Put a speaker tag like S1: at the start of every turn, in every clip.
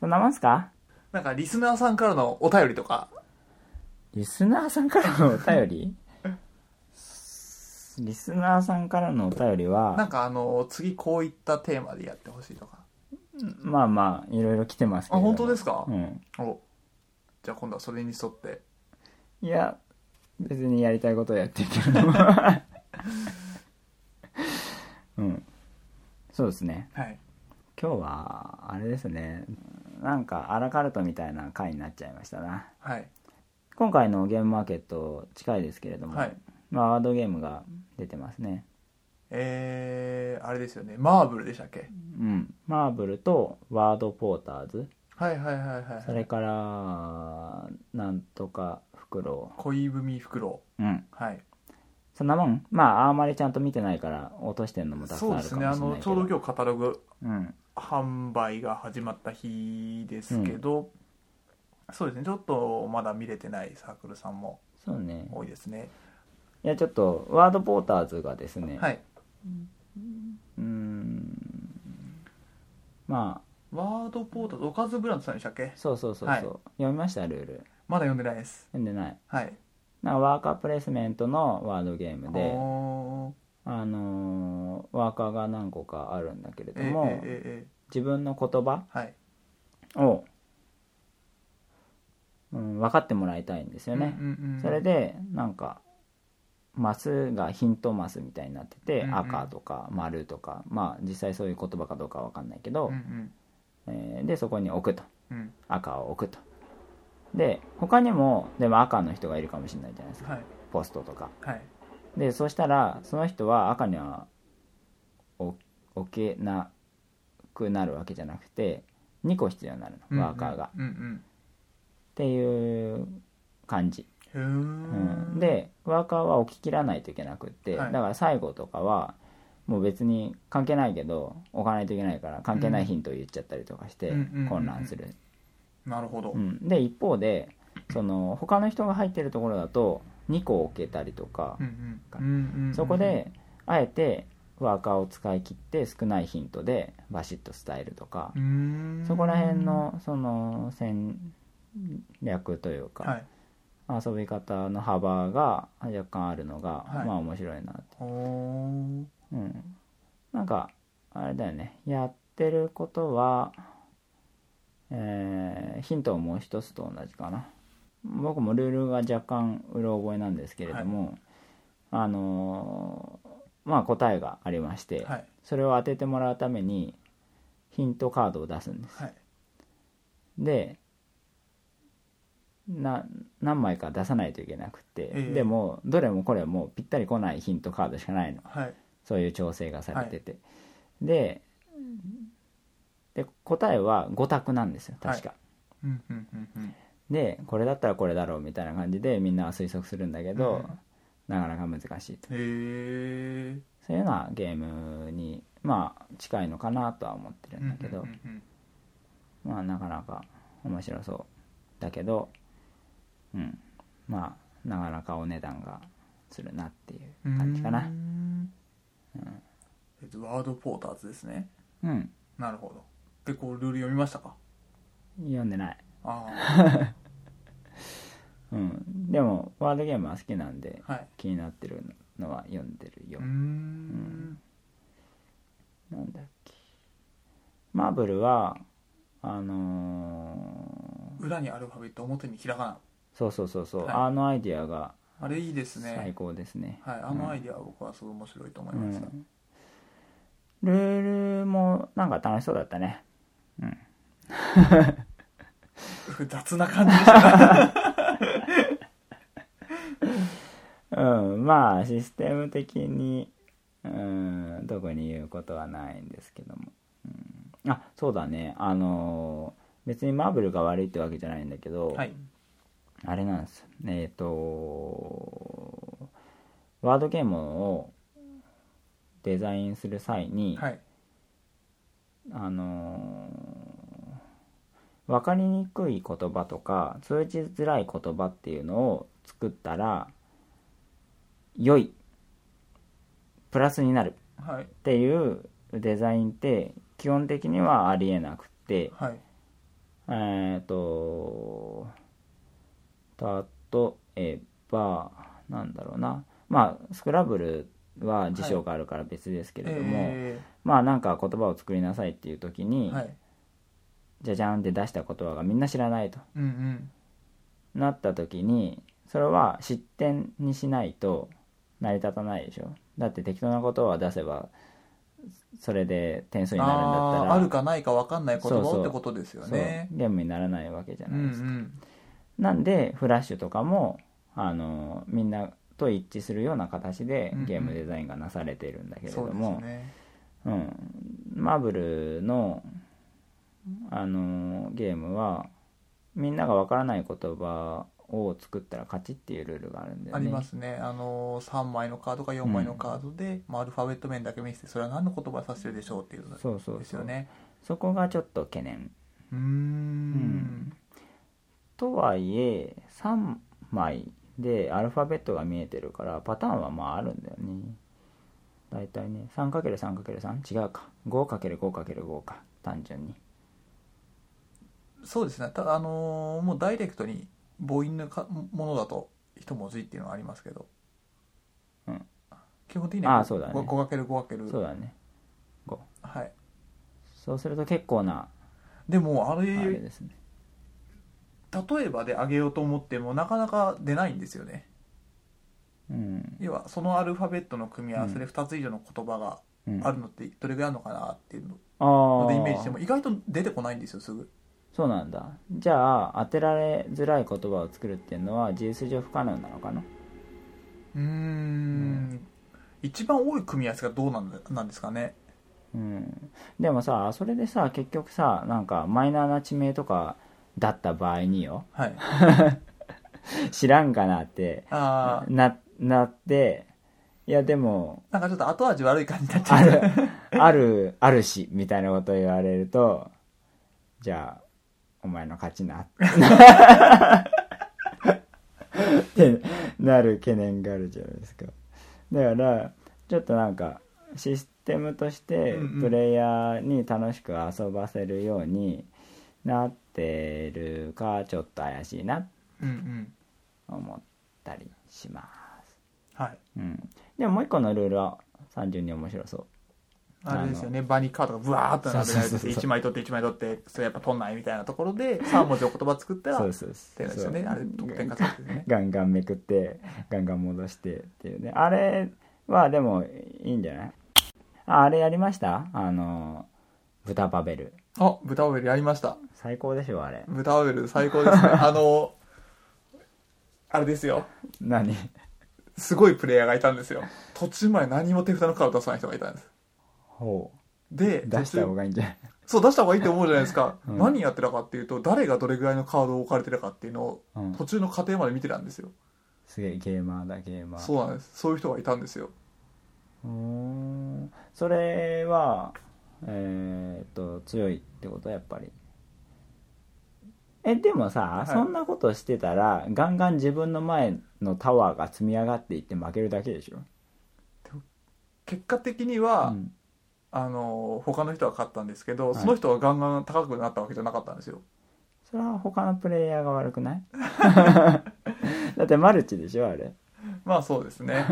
S1: そんなもんすか
S2: なんかリスナーさんからのお便りとか、
S1: リスナーさんからのお便り リスナーさんからのお便り
S2: な
S1: は、
S2: んかあの、次こういったテーマでやってほしいとか。
S1: まあまあ、いろいろ来てますけ
S2: あ、
S1: ど。
S2: 本当です
S1: か
S2: か、
S1: うん。
S2: おじゃあ今度はそれに沿って。
S1: いや、別にやりたいことはやってるけど。 うん。そうですね。
S2: はい。
S1: 今日は、あれですね。なんか、アラカルトみたいな回になっちゃいましたな。
S2: はい。
S1: 今回のゲームマーケット近いですけれども、
S2: はい。
S1: まあ、ワードゲームが出てますね。
S2: えー、あれですよね。マーブルでしたっけ
S1: うん。マーブルとワードポーターズ。
S2: はいはいはいはい
S1: そ
S2: はい。
S1: れから、なんとか、フクロ
S2: 恋文フクロ
S1: ウ。うん。
S2: ウ。はい。
S1: そんなもん。まあ、あんまりちゃんと見てないから、落としてんのもたくさ
S2: そ
S1: ん
S2: う
S1: あ
S2: で
S1: る
S2: す
S1: かもしれ
S2: ね。
S1: な
S2: あ
S1: いけど。
S2: の、ちょうど今日カタログ
S1: うん。
S2: 販売が始まった日ですけど、そうですね。ちょっとまだ見れてないサークルさんも
S1: そうね。
S2: 多いですね。
S1: いや、ちょっと、ワードポーターズがですね、
S2: はい。
S1: うーん、ま
S2: ワードポーターズ、おかずブランドさんでしたっけ
S1: あ、そうそうそうそう、
S2: はい
S1: 読みました、ルール。
S2: まだ読んでないです。
S1: 読んでない。
S2: はい。
S1: なんかワーカープレイスメントのワードゲームで、
S2: おー
S1: あのーワーカーが何個かあるんだけれど
S2: え
S1: も
S2: え、ええ
S1: 自分の言葉
S2: えはい。
S1: を、うん、分かってもらいたいんですよね
S2: う。んうんうん
S1: それで、なんか、マスがヒントマスみたいになってて、
S2: うんうん
S1: 赤とか丸とか、まあ実際そういう言葉かどうかは分かんないけど、
S2: うんうん
S1: えーでそこに置くと
S2: うん
S1: 赤を置くとで他にもでも赤の人がいるかもしれないじゃないですか
S2: はい
S1: ポストとか
S2: はい
S1: でそしたらその人は赤には置置けなくなるわけじゃなくて2個必要になる
S2: うんうん
S1: のワーカーが、
S2: うんうん
S1: っていう感じ、
S2: へ
S1: う
S2: ー
S1: ん、でワーカーは置ききらないといけなくって、
S2: はい
S1: だから最後とかはもう別に関係ないけど置かないといけないから関係ないヒントを言っちゃったりとかして
S2: うんうんうんうん
S1: 混乱する
S2: なるほど
S1: うん、で一方でその他の人が入ってるところだと2個置けたりとか、
S2: うんうんうんうんうん
S1: そこであえてワーカーを使い切って少ないヒントでバシッと伝えるとか
S2: う、ーん
S1: そこら辺のその戦略というか、
S2: はい
S1: 遊び方の幅が若干あるのが、
S2: はい
S1: まあ面白いなって、
S2: おー
S1: うん、なんかあれだよねやってることは、えーヒントをもう一つと同じかな僕もルールが若干うろ覚えなんですけれども、あのーまあ答えがありまして、
S2: はい
S1: それを当ててもらうためにヒントカードを出すんです
S2: はい
S1: でな何枚か出さないといけなくて、
S2: ええ
S1: でもどれもこれもぴったり来ないヒントカードしかないの
S2: はい
S1: そういう調整がされてて、でで答えは5択なんですよ確か、
S2: うんうんうんうん
S1: でこれだったらこれだろうみたいな感じでみんなは推測するんだけど、なかなか難しいと
S2: へえ
S1: そういうようなゲームにまあ近いのかなとは思ってるんだけど、まあなかなか面白そうだけどうんまあなかなかお値段がするなっていう感じかな
S2: ワードポーターズですね
S1: うん
S2: なるほどでこうルール読みましたか
S1: 読んでない
S2: あ
S1: うんでもワードゲームは好きなんで
S2: あはい
S1: 気になってるのは読んでるよ
S2: うーん
S1: なんだっけマーブルはあの
S2: 裏にアルファベット表にひらがな
S1: ーそうそうそうそう、
S2: はい
S1: あのアイディアが
S2: あれいいですね
S1: 最高ですね
S2: はい、あのアイディアは僕はすごい面白いと思いうました、
S1: ん、ルールもなんか楽しそうだったね
S2: 雑な感じでしたね
S1: うん、まあシステム的に、うん、特に言うことはないんですけども、うん、あそうだねあのー別にマーブルが悪いってわけじゃないんだけど、
S2: はい
S1: あれなんですえっ、とワードゲームをデザインする際に、
S2: はい
S1: あのー、分かりにくい言葉とか通じづらい言葉っていうのを作ったら良いプラスになる
S2: はい
S1: っていうデザインって基本的にはありえなくって
S2: はい
S1: えっ、と、例えば、なんだろうな。まあ、スクラブルは辞書があるから別ですけれども、
S2: え
S1: まあなんか言葉を作りなさいっていう時
S2: ー
S1: に、
S2: はい
S1: じゃじゃんって出した言葉がみんな知らないと
S2: うんうん
S1: なった時に、それは失点にしないと成り立たないでしょ。だって適当なことは出せば、それで点数になるんだった
S2: あ
S1: ら、
S2: ーあるかないか分かんない言
S1: そうそ
S2: 葉
S1: う
S2: ってことですよ
S1: そう
S2: ね
S1: ゲームにならないわけじゃ
S2: う
S1: ない
S2: ん
S1: ですか。なんでフラッシュとかもあのみんなと一致するような形で
S2: うんうん
S1: ゲームデザインがなされてるんだけ
S2: うん
S1: れ
S2: そ
S1: ど
S2: うです
S1: も、
S2: ね
S1: うん、マーブルのあのゲームはみんながわからない言葉を作ったら勝ちっていうルールがあるんだよ
S2: あ
S1: ね。
S2: りますねあの3枚のカードか4枚のカードで、まあ、アルファベット面だけ見せてそれは何の言葉を指してるでしょうっていうこと
S1: そうそうそう
S2: ですよね
S1: そこがちょっと懸念。
S2: うーん
S1: とはいえ3枚でアルファベットが見えてるからパターンはまああるんだよねだいたいね 3×3×3 違うか 5×5×5 か単純に
S2: そうですねただあのーもうダイレクトに母音のかものだと一文字っていうのはありますけど、
S1: うん
S2: 基本的には
S1: あーそうだね
S2: 5×5×
S1: そうだね5
S2: はい
S1: そうすると結構な
S2: でもあれ
S1: あれですね
S2: 例えばであげようと思ってもなかなか出ないんですよね
S1: うん
S2: 要はそのアルファベットの組み合わせで2つ以上の言葉が
S1: うん
S2: あるのってどれぐらいあるのかなっていう
S1: あ
S2: の
S1: ー
S2: でイメージしても意外と出てこないんですよすぐ
S1: そうなんだじゃあ当てられづらい言葉を作るっていうのは事実上不可能なのかな
S2: うーん一番多い組み合わせがどうなんだなんですかね
S1: うん、でもさそれでさ結局さなんかマイナーな地名とかだった場合によ
S2: はい
S1: 知らんかなって
S2: ああ
S1: ななっていやでも
S2: なんかちょっと後味悪い感じになっちゃ
S1: あ
S2: う
S1: るあるあるしみたいなこと言われるとじゃあお前の勝ちなってなる懸念があるじゃないですかだからちょっとなんかシステムとして
S2: うんうん
S1: プレイヤーに楽しく遊ばせるようになってるかちょっと怪しいなと
S2: うんうん
S1: 思ったりします
S2: はい
S1: うん、でももう一個のルールは単純に面白そう
S2: あれですよね場にカードがブワーッと並べられ
S1: そう
S2: て
S1: そうそ
S2: て
S1: うそう
S2: 1枚取って1枚取ってそれやっぱ取んないみたいなところで3文字の言葉作ったら
S1: そ
S2: っ
S1: うそうそ
S2: て
S1: う
S2: やつですよね
S1: そう
S2: あれ得点がつ くんですね
S1: ガンガンめくってガンガン戻してっていうねあれはでもいいんじゃないああれやりましたあの豚バベル
S2: あ豚オベルやりました
S1: 最高でしょあれ
S2: 豚オベル最高です ねあのあれですよ
S1: 何
S2: すごいプレイヤーがいたんですよ途中まで何も手札のカード出さない人がいたんです
S1: ほ
S2: で
S1: う出した方
S2: 途中
S1: がいいんじゃない
S2: そう出した方がいいと思うじゃないですか、
S1: うん
S2: 何やってたかっていうと誰がどれぐらいのカードを置かれてるかっていうのを
S1: うん
S2: 途中の過程まで見てたんですよ、
S1: すげえゲーマーだゲーマー
S2: そうなんですそういう人がいたんですよ
S1: うーんそれはえーっと強いってことやっぱりえでもさ、
S2: い
S1: そんなことしてたらガンガン自分の前のタワーが積み上がっていって負けるだけでしょ
S2: 結果的には、
S1: うん
S2: あの他の人が勝ったんですけど、
S1: はい
S2: その人がガンガン高くなったわけじゃなかったんですよ
S1: それは他のプレイヤーが悪くない だってマルチでしょあれ
S2: まあそうで すね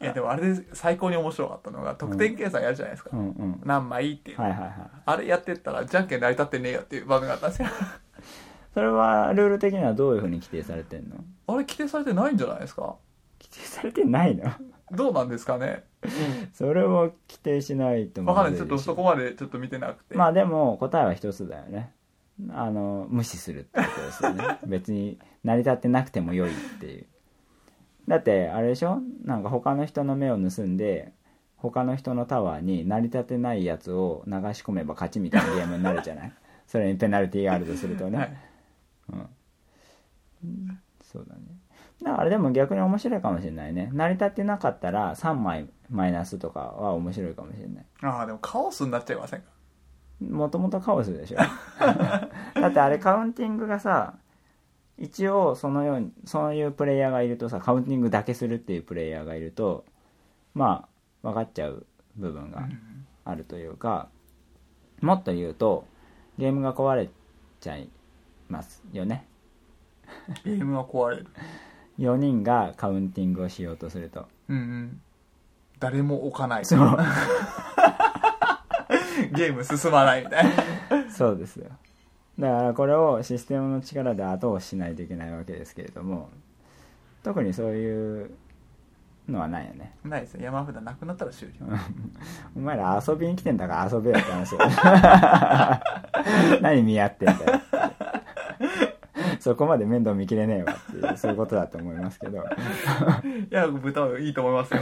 S2: いやでもあれで最高に面白かったのが得点計算やるじゃないですか、
S1: うんうん
S2: 何枚っていう、
S1: はいはいはい
S2: あれやってったらじゃんけん成り立ってねえよっていう場面があったんですよ
S1: それはルール的にはどういうふうに規定されてんの
S2: あれ規定されてないんじゃないですか
S1: 規定されてないの
S2: どうなんですかね
S1: それを規定しないと
S2: わかんないですちょ
S1: まずで
S2: っと
S1: しょ
S2: そこまでちょっと見てなくて、
S1: まあでも答えは一つだよねあの無視するってことですよ ね別に成り立ってなくても良いっていうだってあれでしょなんか他の人の目を盗んで他の人のタワーに成り立てないやつを流し込めば勝ちみたいなゲームになるじゃ ないそれにペナルティーがあるとするとね、
S2: はい
S1: うんうん、そうだねだからあれでも逆に面白いかもしれないね成り立ってなかったら3枚マイナスとかは面白いかもしれない
S2: ああでもカオスになっちゃいませんか
S1: もともとカオスでしょ だってあれカウンティングがさ一応そのようにそういうプレイヤーがいるとさカウンティングだけするっていうプレイヤーがいるとまあ分かっちゃう部分があるというか、もっと言うとゲームが壊れちゃいますよね
S2: ゲームが壊れる
S1: 4人がカウンティングをしようとすると
S2: うんうん誰も置かない
S1: そう
S2: ゲーム進まないみたいな
S1: そうですよだからこれをシステムの力で後押ししないといけないわけですけれども特にそういうのはないよね
S2: ないですね山札なくなったら終了
S1: お前ら遊びに来てんだから遊べよって 話だよ何見合ってんだよってそこまで面倒見きれねえわっていうそういうことだと思いますけど
S2: いや豚はいいと思い ますよ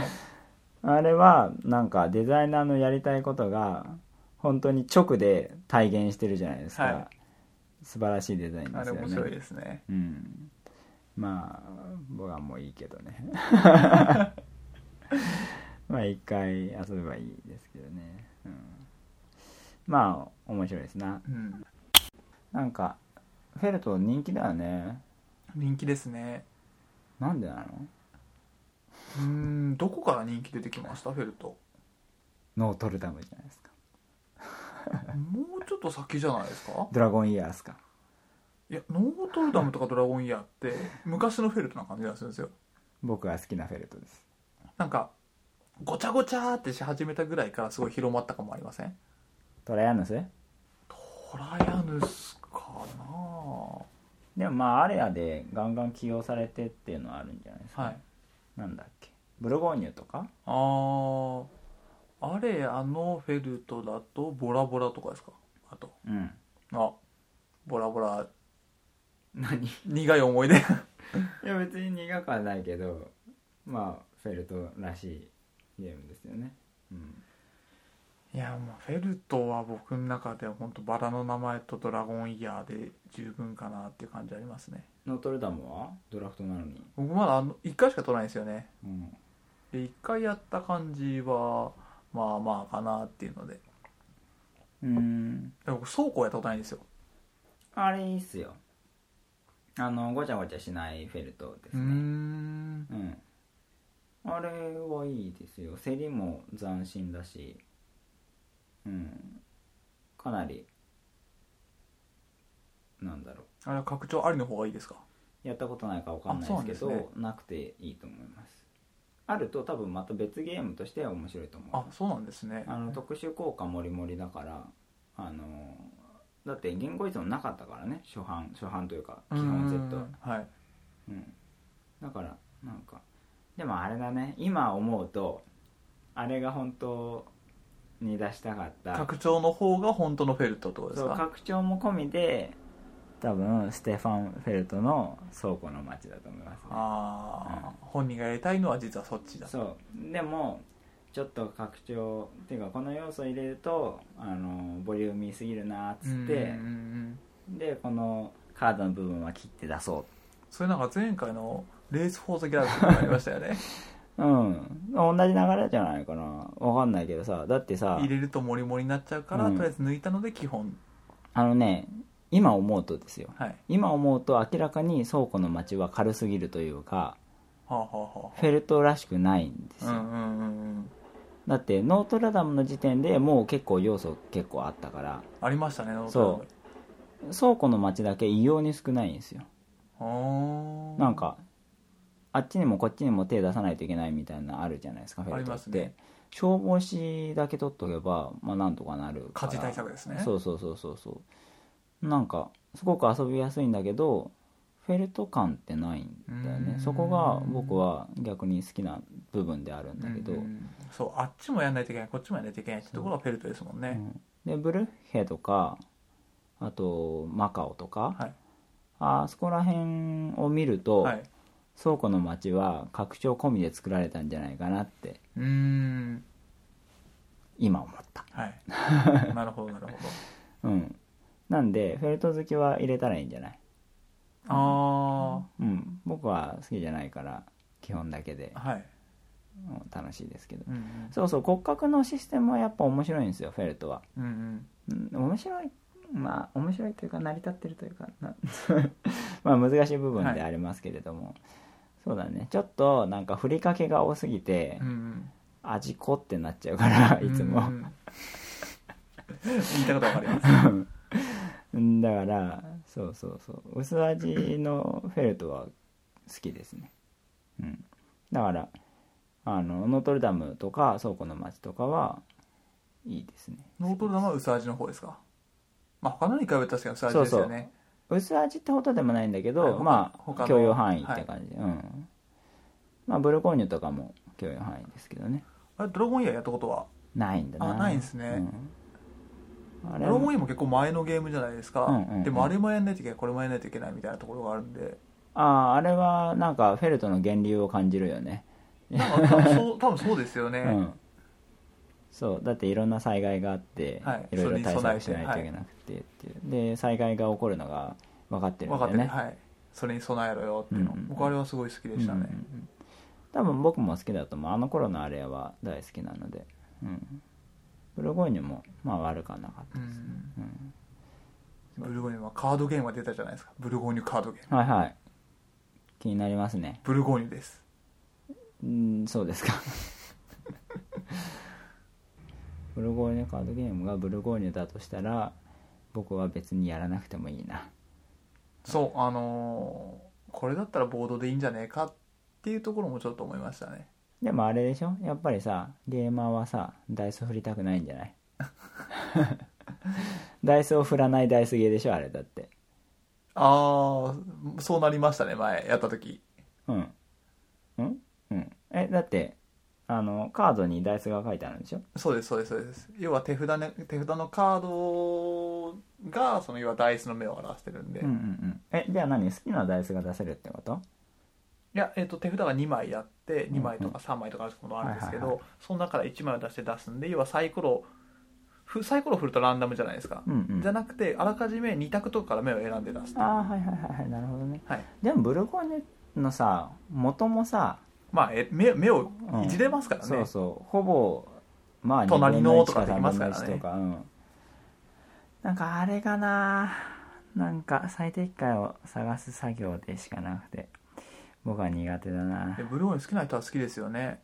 S1: あれはなんかデザイナーのやりたいことが本当に直で体現してるじゃないですか、
S2: は
S1: 素晴らしいデザイン
S2: あ
S1: です
S2: れ
S1: よね
S2: 面白いですね
S1: うんまあ僕はもういいけどね まあ一回遊べばいいですけどね、うん、まあ面白いですな
S2: うん
S1: なんかフェルト人気だよね
S2: 人気ですね
S1: なんでなの
S2: うーんどこから人気出てきましたフェルト
S1: ノートルダムじゃないですか
S2: もうちょっと先じゃないですか
S1: ドラゴンイヤースか
S2: いやノートルダムとかドラゴンイヤーって昔のフェルトな感じがするんですよ
S1: 僕が好きなフェルトです
S2: なんかごちゃごちゃーってし始めたぐらいからすごい広まったかもありません
S1: トライアヌス
S2: トライアヌスかなは
S1: でもまあアレアでガンガン起用されてっていうのはあるんじゃないですか、
S2: い
S1: なんだっけブルゴーニュとか
S2: あーあれあのフェルトだとボラボラとかですかあと
S1: うん
S2: あボラボラ
S1: 何
S2: 苦い思い出
S1: いや別に苦くはないけどまあフェルトらしいゲームですよねうん
S2: いやもうフェルトは僕の中では本当バラの名前とドラゴンイヤーで十分かなっていう感じありますね
S1: ノートルダムはドラフトなのに
S2: 僕まだあの1回しか取らないんですよね
S1: うん
S2: で1回やった感じはまあまあかなっていうので
S1: うん
S2: で僕倉庫やったことないんですよ
S1: あれいいっすよあのごちゃごちゃしないフェルトです
S2: うー
S1: ね
S2: ん
S1: うん、あれはいいですよ競りも斬新だしうんかなりなんだろ
S2: あれは拡張ありの方がいいですか
S1: うやったことないかわかんないですけど
S2: あそう
S1: な
S2: なんで
S1: くていいと思いますあると多分また別ゲームとしては面白いと思い
S2: あ
S1: ます
S2: そうなんですね
S1: あの特殊効果もりもりだからあのだって言語依存なかったからね初版初版というか基本セットは
S2: トはい
S1: うん、だからなんかでもあれだね今思うとあれが本当に出したかった
S2: 拡張の方が本当のフェルトってことです
S1: そう
S2: か
S1: 拡張も込みで多分ステファン・フェルトの倉庫の街だと思います、ね、
S2: ああ、本人がやりたいのは実はそっちだ
S1: そうでもちょっと拡張っていうかこの要素入れるとあのボリューミーすぎるなーっつ
S2: う
S1: っ
S2: んうんう
S1: て
S2: ん
S1: でこのカードの部分は切って出そう
S2: それなんか前回のレース・フォー・ザ・ギャラクシーもありました よね
S1: うん同じ流れじゃないかなわかんないけどさだってさ
S2: 入れるとモリモリになっちゃうから、
S1: うん
S2: とりあえず抜いたので基本
S1: あのね今思うとですよ
S2: はい
S1: 今思うと明らかに倉庫の街は軽すぎるというか
S2: はあはあは
S1: フェルトらしくないんです
S2: あ、う
S1: よ、
S2: んうんうんうん
S1: だってノートルダムの時点でもう結構要素結構あったから
S2: ありましたねノー
S1: そう倉庫の街だけ異様に少ないんですよ
S2: うあ
S1: なんかあっちにもこっちにも手出さないといけないみたいなのあるじゃないですかフェルト
S2: ありま
S1: っ
S2: す
S1: て、
S2: ね
S1: 消防士だけ取っとけばまあなんとかなるから
S2: 家事対策ですね
S1: そうそうそうそうそうなんかすごく遊びやすいんだけどフェルト感ってないんだよ
S2: う
S1: ね
S2: ん
S1: そこが僕は逆に好きな部分であるんだけど、
S2: うんうんそうあっちもやんないといけないこっちもやんないといけないってところはフェルトですもんね、
S1: でブルッヘとかあとマカオとか、
S2: はい
S1: あそこら辺を見ると、
S2: はい
S1: 倉庫の街は拡張込みで作られたんじゃないかなって
S2: うーん
S1: 今思った
S2: は いなるほどなるほど
S1: うんなんでフェルト好きは入れたらいいんじゃない
S2: あ
S1: うん僕は好きじゃないから基本だけで
S2: あはい、
S1: うん楽しいですけど
S2: うんうん、
S1: そうそう骨格のシステムはやっぱ面白いんですよフェルトは、
S2: うんうん
S1: うん、面白いまあ面白いというか成り立ってるというかな まあ難しい部分でありますけれども、そうだねちょっとなんかふりかけが多すぎて
S2: うん うん
S1: 味濃って なっちゃうからいつも、
S2: うんうん言いたいことわかります
S1: だからそうそうそう薄味のフェルトは好きですねうんだからあのノートルダムとか倉庫の街とかはいいですね
S2: ノートルダムは薄味の方ですかまあ他のに比べたら確かに薄味ですよね
S1: 薄味ってことでもないんだけど、
S2: はい他
S1: ま
S2: 他
S1: あ
S2: の
S1: 共用範囲って感じ、うんまあブルゴーニュとかも共用範囲ですけどね
S2: あれドラゴンイヤーやったことは
S1: ないんだな
S2: あないんすね、
S1: うん、あ
S2: ド
S1: れ
S2: ラゴンイ
S1: も
S2: ヤーも結構前のゲームじゃないですか、
S1: うんうんうん
S2: でもあれもやんないといけないこれもやんないといけないみたいなところがある んで
S1: あああれはなんかフェルトの源流を感じるよね
S2: なんか多分そう多分そうですよね、
S1: うん、そうだっていろんな災害があって、
S2: はい
S1: い、ろいろ対
S2: それに備
S1: 策
S2: えて
S1: しないといけなくてっていう、で災害が起こるのが分かってるん
S2: 分
S1: だ
S2: か
S1: よ
S2: ってる、
S1: ね
S2: はいそれに備えろよっていうの、
S1: うんうん
S2: 僕あれはすごい好きでしたね、
S1: うんうんうん多分僕も好きだと思うあの頃のあれは大好きなので、うん、ブルゴーニュもまあ悪くはなかったですね、うん
S2: うんブルゴーニュはカードゲームが出たじゃないですかブルゴーニュカードゲーム
S1: はいはい気になりますね
S2: ブルゴーニュです
S1: うんそうですか ブルゴーニュカードゲームがブルゴーニュだとしたら僕は別にやらなくてもいいな
S2: そうあのーこれだったらボードでいいんじゃねえかっていうところもちょっと思いましたね
S1: でもあれでしょやっぱりさゲーマーはさダイス振りたくないんじゃない ダイスを振らないダイスゲーでしょあれだって
S2: ああそうなりましたね前やった時
S1: うんうんうんえだってあのカードにダイスが書いてあるんでしょ
S2: そうですそうですそうです要は手札,、ね、手札のカードがその要はダイスの目を表してるんで、
S1: うんうんうん
S2: い
S1: えじゃあ何好きなダイスが出せるってこと
S2: や、えっと手札が2枚あって2枚とか3枚とかあることもあるんですけど、
S1: はいは
S2: その中から1枚を出して出すんで要はサイコロふサイコロ振るとランダムじゃないですか、
S1: うんうん
S2: じゃなくてあらかじめ2択とかから目を選んで出す
S1: ああはいはいはいはいなるほどね
S2: はい
S1: でもブルゴーニュのさ元もさ、
S2: まあえ目目を
S1: うん
S2: いじれますからね、
S1: そうそうほぼまあ
S2: 隣の
S1: 2分1
S2: とかできますからね
S1: 3分の1とかうんなんかあれがななんか最適解を探す作業でしかなくて僕は苦手だな
S2: でブルーオン好きな人は好きですよね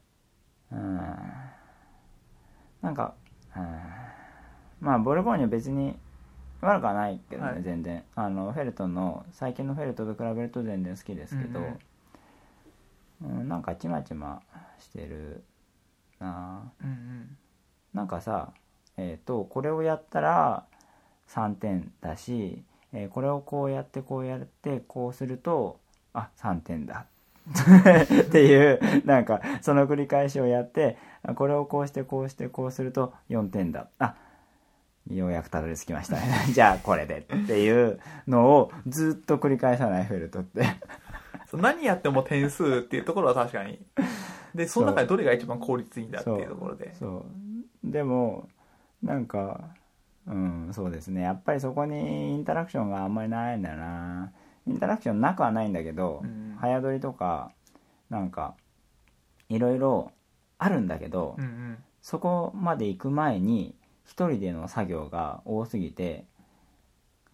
S1: うんなんかうんまあボルゴーニュ別に悪くはないけどね、
S2: はい
S1: 全然あのフェルトの最近のフェルトと比べると全然好きですけど、うんなんかちまちましてるなあ
S2: うんうん
S1: なんかさ、えー、とこれをやったら3点だし、えーこれをこうやってこうやってこうするとあ3点だっていうなんかその繰り返しをやってあこれをこうしてこうしてこうすると4点だあようやくたどり着きましたね じゃあこれでっていうのをずっと繰り返さないフェルトって
S2: そう何やっても点数っていうところは確かにでその中でどれが一番効率いいんだっていうところで
S1: そうでもなんかうんそうですねやっぱりそこにインタラクションがあんまりないんだよなインタラクションなくはないんだけど、
S2: うん
S1: 早撮りとかなんかいろいろあるんだけど、
S2: うんうん
S1: そこまで行く前に一人での作業が多すぎて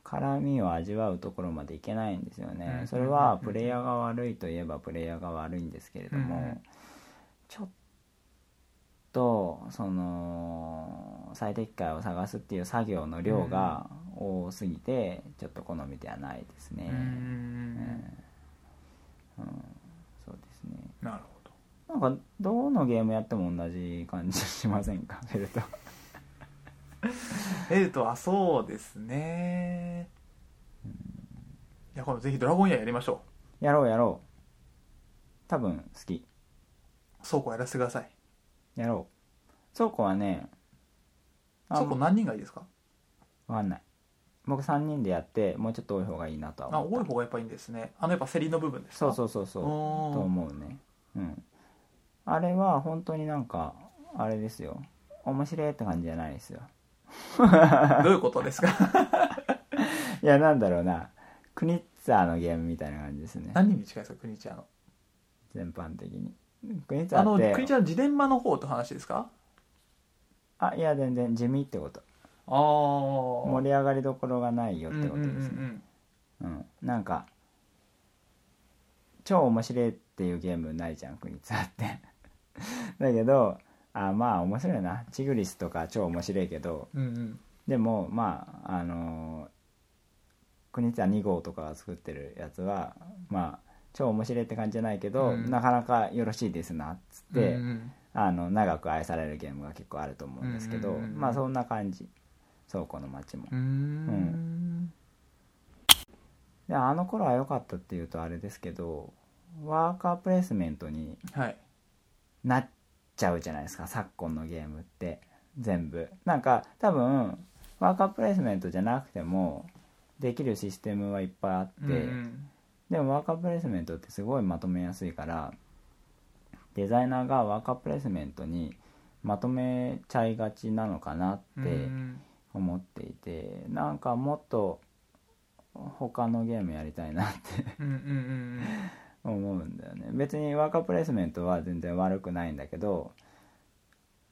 S1: 辛みを味わうところまでいけないんですよ
S2: うんうんう
S1: ね
S2: ん
S1: それはプレイヤーが悪いといえばプレイヤーが悪いんですけれども、
S2: うんうん
S1: ちょっとその最適解を探すっていう作業の量が多すぎてちょっと好みではないですね、
S2: うんうんうん
S1: うんそうですね
S2: なるほど
S1: なんかどのゲームやっても同じ感じしませんか フェルト
S2: エルトはそうですねいやこのぜひドラゴンイヤーやりましょ
S1: やろうやろう多分好き
S2: う倉庫やらせてください
S1: やろう倉庫はねあ
S2: 倉庫何人がいいですか
S1: わかんない僕3人でやってもうちょっと多い方がいいなとは
S2: あ
S1: 思う
S2: 多い方がやっぱいいんですねあのやっぱ競りの部分です
S1: そ
S2: か
S1: うそううそうそうと
S2: そ
S1: 思うねうんあれは本当になんかあれですよ面白いって感じじゃないですよ
S2: うどういうことですか
S1: いやなんだろうなクニッツァーのゲームみたいな感じですね
S2: 何人に近いですかクニチャーの
S1: 全般的にクニッツァ
S2: あ
S1: ー
S2: のク
S1: っ
S2: ニ
S1: て
S2: チャーの自伝魔の方って話ですか
S1: あいや全然地味ってこと
S2: ああ盛
S1: 盛り上がりどころがないよ
S2: う
S1: っ
S2: んう
S1: て
S2: ん
S1: こ
S2: うん
S1: と
S2: う
S1: ですね、
S2: ん
S1: うん、なんか超面白いっていうゲームないじゃん国津あって だけどあまあ面白いなチグリスとか超面白いけど
S2: うんうん
S1: でもまああのー国津屋2号とかが作ってるやつはまあ超面白いって感じじゃないけど、
S2: うん
S1: なかなかよろしいですなっつって、
S2: うん
S1: あの長く愛されるゲームが結構あると思うんですけど、
S2: うんうんうんうん
S1: まあそんな感じ倉庫の街も、
S2: うんうん
S1: であの頃は良かったっていうとあれですけどワーカープレイスメントに
S2: はい
S1: なっちゃうじゃないですか昨今のゲームって全部なんか多分ワーカープレイスメントじゃなくてもできるシステムはいっぱいあって、
S2: うん
S1: でもワーカープレイスメントってすごいまとめやすいからデザイナーがワーカープレイスメントにまとめちゃいがちなのかなっ
S2: うん
S1: て
S2: うん
S1: 思っていてなんかもっと他のゲームやりたいなって
S2: うんうん
S1: 思うんだよね別にワーカープレイスメントは全然悪くないんだけど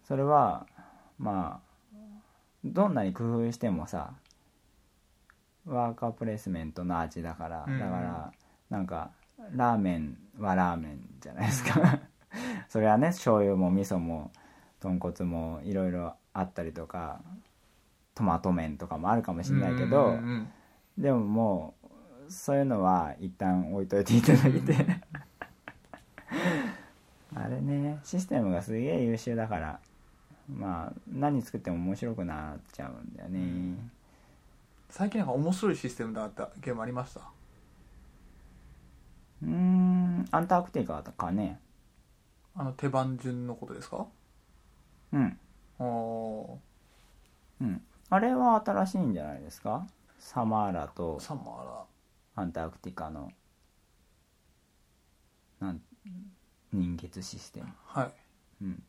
S1: それはまあどんなに工夫してもさワーカープレイスメントの味だから
S2: うん
S1: だからなんかラーメンはラーメンじゃないですか それはね醤油も味噌も豚骨もいろいろあったりとかトマト麺とかもあるかもしれないけど、
S2: うんうんうん
S1: でももうそういうのは一旦置いといていただいてあれねシステムがすげえ優秀だからまあ何作っても面白くなっちゃうんだよね、
S2: うん最近なんか面白いシステムだったゲームありました
S1: うーんアンタークティカかね
S2: あの手番順のことですか
S1: うん
S2: お
S1: うんあれは新しいんじゃないですかサマーラと
S2: ーサマ
S1: アンタークティカのなん人月システム
S2: ーラはい
S1: うん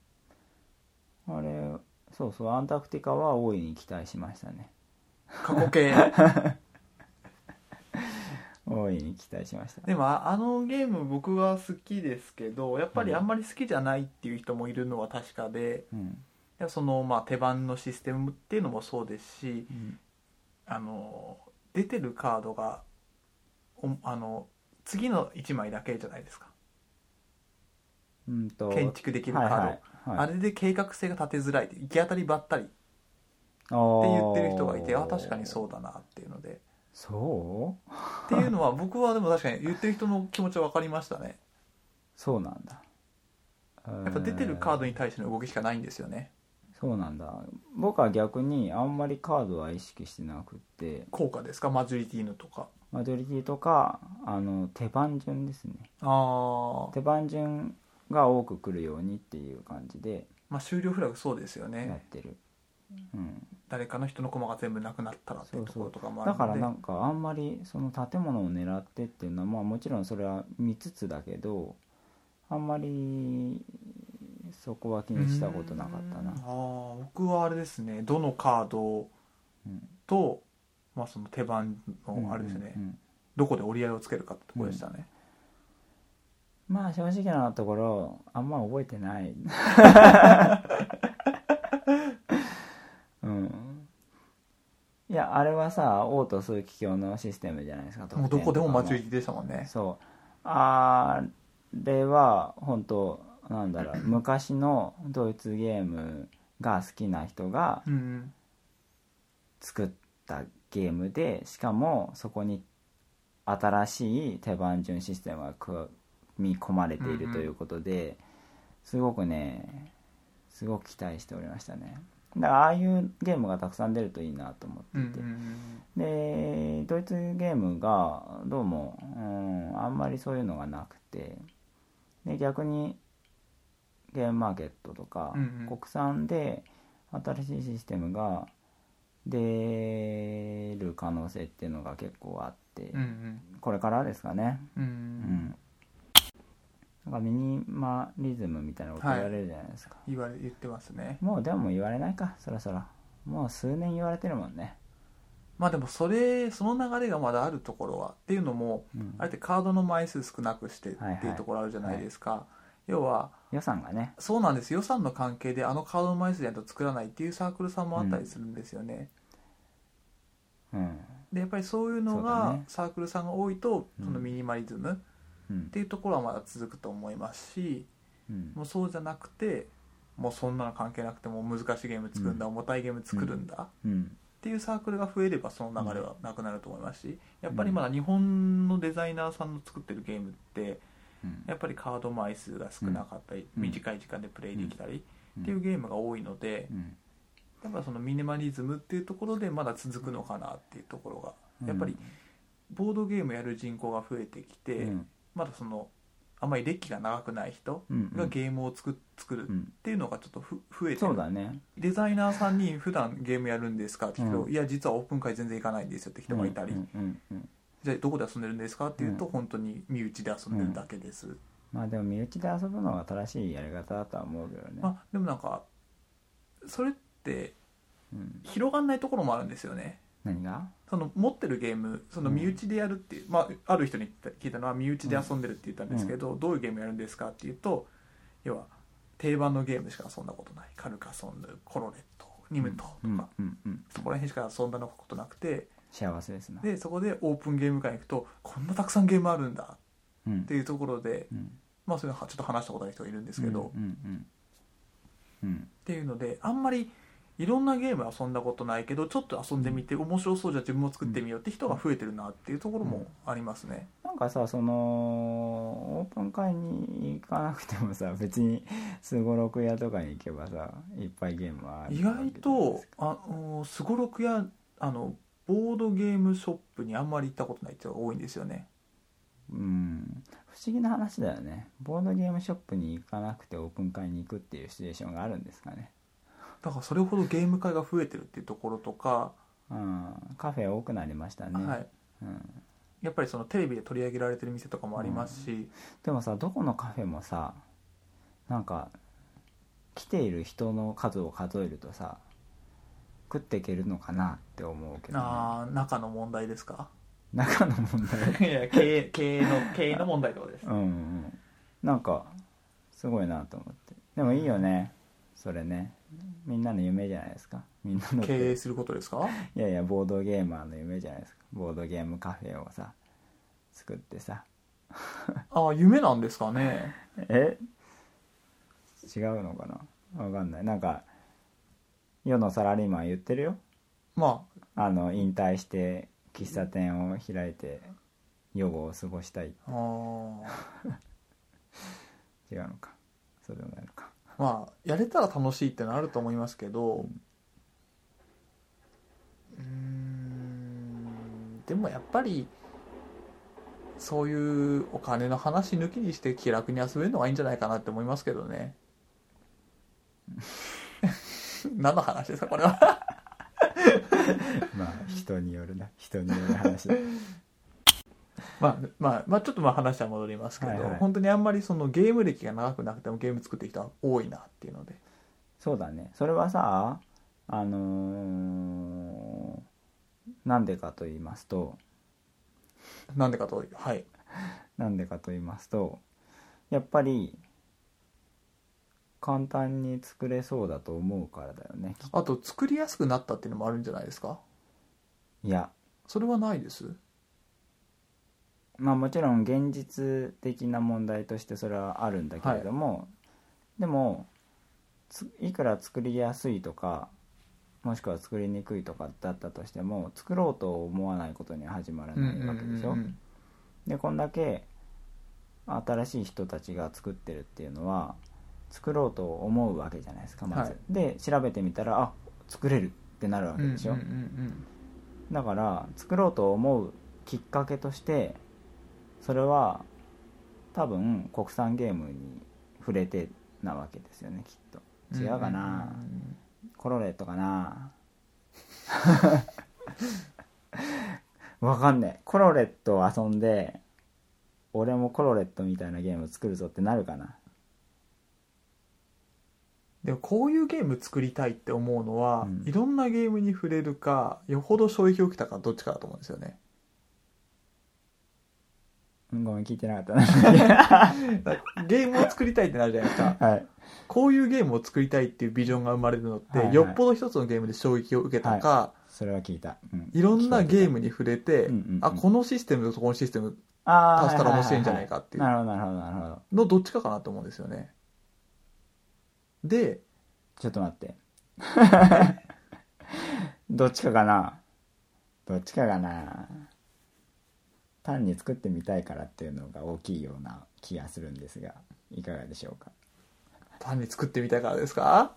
S1: あれそうそうアンタークティカは大いに期待しましたね
S2: 過去形
S1: 大いに期待しました
S2: でもああのゲーム僕は好きですけどやっぱりあんまり好きじゃないっていう人もいるのは確かで
S1: うん
S2: でそのまあ手番のシステムっていうのもそうですし
S1: うん
S2: あの出てるカードがおあの次の1枚だけじゃないですか
S1: うんと
S2: 建築できるカー
S1: はい
S2: ド、
S1: はいはい
S2: あれで計画性が立てづらい行き当たりばったりっ
S1: っ
S2: て
S1: て
S2: 言ってる人がいてあ確かにそうだなっていうので
S1: そう
S2: っていう のは僕はでも確かに言ってる人の気持ちは分かりましたね
S1: そうなんだ
S2: やっぱ出てるカード
S1: に
S2: に対しての動きしかないんですよね
S1: そうなんだ僕は逆にあんまりカードは意識してなくって
S2: 効果ですかマジョリティのとか
S1: マジョリティとかあの手番順ですね
S2: ああ
S1: 手番順が多く来るようにっていう感じで
S2: まあ終了フラグそうですよ
S1: やっ
S2: ね
S1: てる、うん、
S2: 誰かの人の駒が全部なくなったらっていうところとかもある
S1: だ
S2: ので
S1: からなんかあんまりその建物を狙ってっていうのはまあもちろんそれは見つつだけどあんまりそこは気にしたことなかったな
S2: うーんあー僕はあれですねどのカード
S1: うん
S2: と、まあ、その手番のあれですね、
S1: うんうん
S2: どこで折り合いをつけるかってとこでしたね、
S1: まあ正直なところあんま覚えてないうんいやあれはさ王と枢機卿のシステムじゃないですか
S2: もうどこでも
S1: 得点とか
S2: 待ち受けでしたもんね
S1: そうあれは本当なんだろう昔のドイツゲームが好きな人が
S2: うん
S1: 作ったゲームでしかもそこに新しい手番順システムが組み込まれているということで、すごくねすごく期待しておりましたねだからああいうゲームがたくさん出るといいなと思
S2: うんう
S1: っ
S2: ん
S1: ていて、でドイツゲームがどうも、うん、あんまりそういうのがなくてで逆にゲームマーケットとか、
S2: うんうん
S1: 国産で新しいシステムが出る可能性っていうのが結構あって、
S2: うんうん
S1: これからですかね
S2: うんう
S1: うんんなんかミニマリズムみたいなこと言われるじゃないですか、
S2: 言われ言ってますね
S1: もうでも言われないかそろそろもう数年言われてるもんね、
S2: まあでもそれその流れがまだあるところはっていうのも
S1: うん
S2: あえてカードの枚数少なくしてっ
S1: はい
S2: ていうところあるじゃないですか、要は
S1: 予算がね
S2: そうなんです予算の関係であのカードの枚数じゃないと作らないっていうサークルさんもあったりするんですよね、
S1: うん
S2: でやっぱりそういうの
S1: そうだ
S2: が
S1: ね
S2: サークルさんが多いと
S1: うん
S2: そのミニマリズムっ
S1: うん
S2: ていうところはまだ続くと思いますし
S1: うん
S2: もうそうじゃなくてもうそんなの関係なくてもう難しいゲーム作るんだ重たいゲーム作るんだっ
S1: うん、
S2: っていうサークルが増えればその流れはなくなると思いますしやっぱりまだ日本のデザイナーさんの作ってるゲームって
S1: うん
S2: やっぱりカード枚数が少なかったり
S1: うん
S2: 短い時間でプレイできたり
S1: うん
S2: っていうゲームが多いので
S1: うん
S2: やっぱそのミニマリズムっていうところでまだ続くのかなっていうところがやっぱりボードゲームやる人口が増えてき
S1: う
S2: て
S1: ん
S2: まだそのあまり歴が長くない人
S1: うんう
S2: が
S1: ん
S2: ゲームを作っ作る
S1: う
S2: っ
S1: ん
S2: ていうのがちょっとふ増えて
S1: そう
S2: る
S1: だね
S2: デザイナーさんに普段ゲームやるんですかって聞くと、
S1: うん
S2: いや実はオープン会全然行かないんですよって人がいたり、
S1: うんうんうんうん
S2: じゃあどこで遊んでるんですかっていうと、本当に身内で遊んでるだけです、
S1: まあでも身内で遊ぶのが正しいやり方だとは思うけどね、
S2: まあ、でもなんかそれって
S1: うん、
S2: 広がんないところもあるんですよね
S1: 何が
S2: その持ってるゲームその身内でやるっていう、まあ、ある人に聞いたのは身内で遊んでるって言ったんですけど、どういうゲームやるんですかっていうと要は定番のゲームしか遊んだことないカルカソンヌコロレットニムトとか、
S1: うんうんうん、
S2: そこら辺しか遊んだことなくて、
S1: 幸せですな
S2: でそこでオープンゲーム会に行くとこんなたくさんゲームあるんだ
S1: うん
S2: っていうところで、
S1: うん
S2: まあそういうのはちょっと話したことある人がいるんですけど、っ
S1: うんうんうんうん
S2: ていうのであんまりいろんなゲーム遊んだことないけどちょっと遊んでみて面白そうじゃあ自分も作ってみようって人が増えてるなっていうところもありますね。
S1: なんかさそのオープン会に行かなくてもさ別にすごろく屋とかに行けばさいっぱいゲームはある
S2: 意
S1: わけじゃな
S2: 外
S1: いで
S2: と
S1: すか
S2: あのすごろくやあのボードゲームショップにあんまり行ったことない人が多いんですよね。
S1: うん不思議な話だよねボードゲームショップに行かなくてオープン会に行くっていうシチュエーションがあるんですかね
S2: だからそれほどゲーム会が増えてるっていうところとか、
S1: うんカフェ多くなりましたね、
S2: はい、
S1: うん、
S2: やっぱりそのテレビで取り上げられてる店とかもありますし、
S1: でもさどこのカフェもさなんか来ている人の数を数えるとさ食っていけるのかなって思うけど、ね、
S2: ああ中の問題ですか
S1: 中の問題
S2: いや経営経営の経営の問題とかです
S1: うんうんなんかすごいなと思ってでもいいよねそれねみんなの夢じゃないですかみんなのって
S2: 経営することですか
S1: いやいやボードゲーマーの夢じゃないですかボードゲームカフェをさ作ってさ
S2: ああ夢なんですかね
S1: え違うのかなわかんないなんか世のサラリーマン言ってるよ
S2: ま
S1: あの引退して喫茶店を開いて夜を過ごしたい
S2: ああ
S1: 違
S2: ー
S1: うのかそうでもないのか
S2: まあやれたら楽しいってのはあると思いますけどうーんでもやっぱりそういうお金の話抜きにして気楽に遊べるのがいいんじゃないかなって思いますけど ね何の話ですかこれは
S1: まあ人によるな人による話だ
S2: まあまあまあ、ちょっとまあ話は戻りますけど、
S1: はいはい
S2: 本当にあんまりそのゲーム歴が長くなくてもゲーム作ってる人は多いなっていうので
S1: そうだねそれはさあのーなんでかと言いますと
S2: なんでかとはい
S1: なんでかと言いますとやっぱり簡単に作れそうだと思うからだよね
S2: あと作りやすくなったっていうのもあるんじゃないですか
S1: いや
S2: それはないです
S1: まあもちろん現実的な問題としてそれはあるんだけれども、でもついくら作りやすいとかもしくは作りにくいとかだったとしても作ろうと思わないことには始まらないわけでしょ、
S2: うんうんうん
S1: でこんだけ新しい人たちが作ってるっていうのは作ろうと思うわけじゃないですかまず、
S2: はい
S1: で調べてみたらあ作れるってなるわけでしょ、
S2: うんうんうん
S1: だから作ろうと思うきっかけとしてそれは多分国産ゲームに触れてなわけですよねきっと
S2: ん
S1: 違うかな、
S2: うんうん
S1: コロレットかな わかんねえコロレットを遊んで俺もコロレットみたいなゲームを作るぞってなるかな
S2: でもこういうゲーム作りたいって思うのは、
S1: うん
S2: いろんなゲームに触れるかよほど衝撃を受けたかどっちかだと思うんですよね
S1: うんごめん聞いてなかったな
S2: だからゲームを作りたいってなるじゃないですか
S1: はい
S2: こういうゲームを作りたいっていうビジョンが生まれるのって、
S1: はいはい
S2: よっぽど一つのゲームで衝撃を受けたか、
S1: それは聞いた、うん
S2: いろんなゲームに触れて、
S1: うんうんうん
S2: あこのシステムとこのシステム
S1: あー
S2: 足したら面白いんじゃないかっていう
S1: ははははなるほどなるほどなるほど
S2: のどっちかかなと思うんですよねで
S1: ちょっと待って どっちかかなどっちかかな単に作ってみたいからっていうのが大きいような気がするんですがいかがでしょうか
S2: 単に作ってみたからですか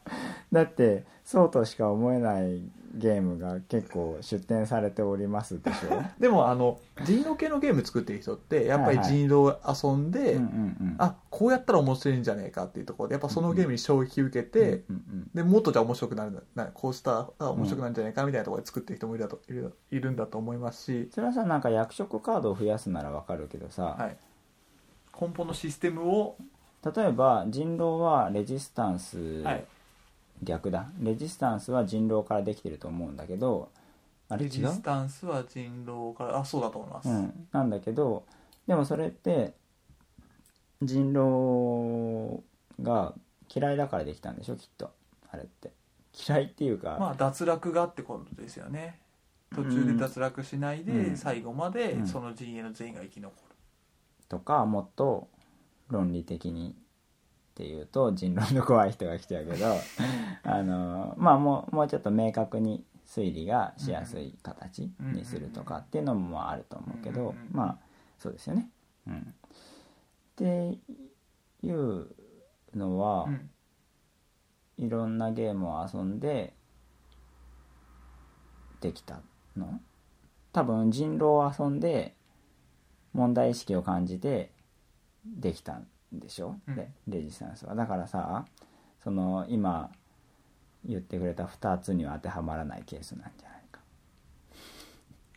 S1: だってそうとしか思えないゲームが結構出展されておりますでし ょ
S2: でもあの人狼系のゲーム作ってる人ってやっぱり
S1: はいはい
S2: 人狼を遊んで、
S1: うんうんうん
S2: あこうやったら面白いんじゃねえかっていうところでやっぱそのゲームに衝撃受けて、
S1: うんうん
S2: でもっとじゃあ面白くなるなこうしたら面白くなるんじゃないかみたいなところで作ってる人もいるだといるいるんだと思いますし、
S1: それはさなんか役職カードを増やすならわかるけどさ、
S2: はい、根本のシステムを、
S1: 例えば人狼はレジスタンス、
S2: はい、
S1: 逆だレジスタンスは人狼からできてると思うんだけどあれ
S2: レ
S1: 違
S2: ジ
S1: う
S2: スタンスは人狼からあそうだと思います、
S1: うん、なんだけどでもそれって人狼が嫌いだからできたんでしょきっとあれって嫌いっていうか、
S2: まあ脱落がってことですよね途中で脱落しないで、
S1: うん
S2: 最後まで
S1: うん
S2: その陣営の全員が生き残る、
S1: とかもっと論理的にっていうと人狼の怖い人が来ちゃうけど あのまあもうもうちょっと明確に推理がしやすい形にするとかっていうのもまああると思うけ
S2: う
S1: ど
S2: んうん
S1: まあそうですよね。うん、っていうのは、
S2: うん
S1: いろんなゲームを遊んでできたの多分人狼を遊んで問題意識を感じてできたんでしょ、
S2: うん
S1: でレジスタンスはだからさその今言ってくれた2つには当てはまらないケースなんじゃないか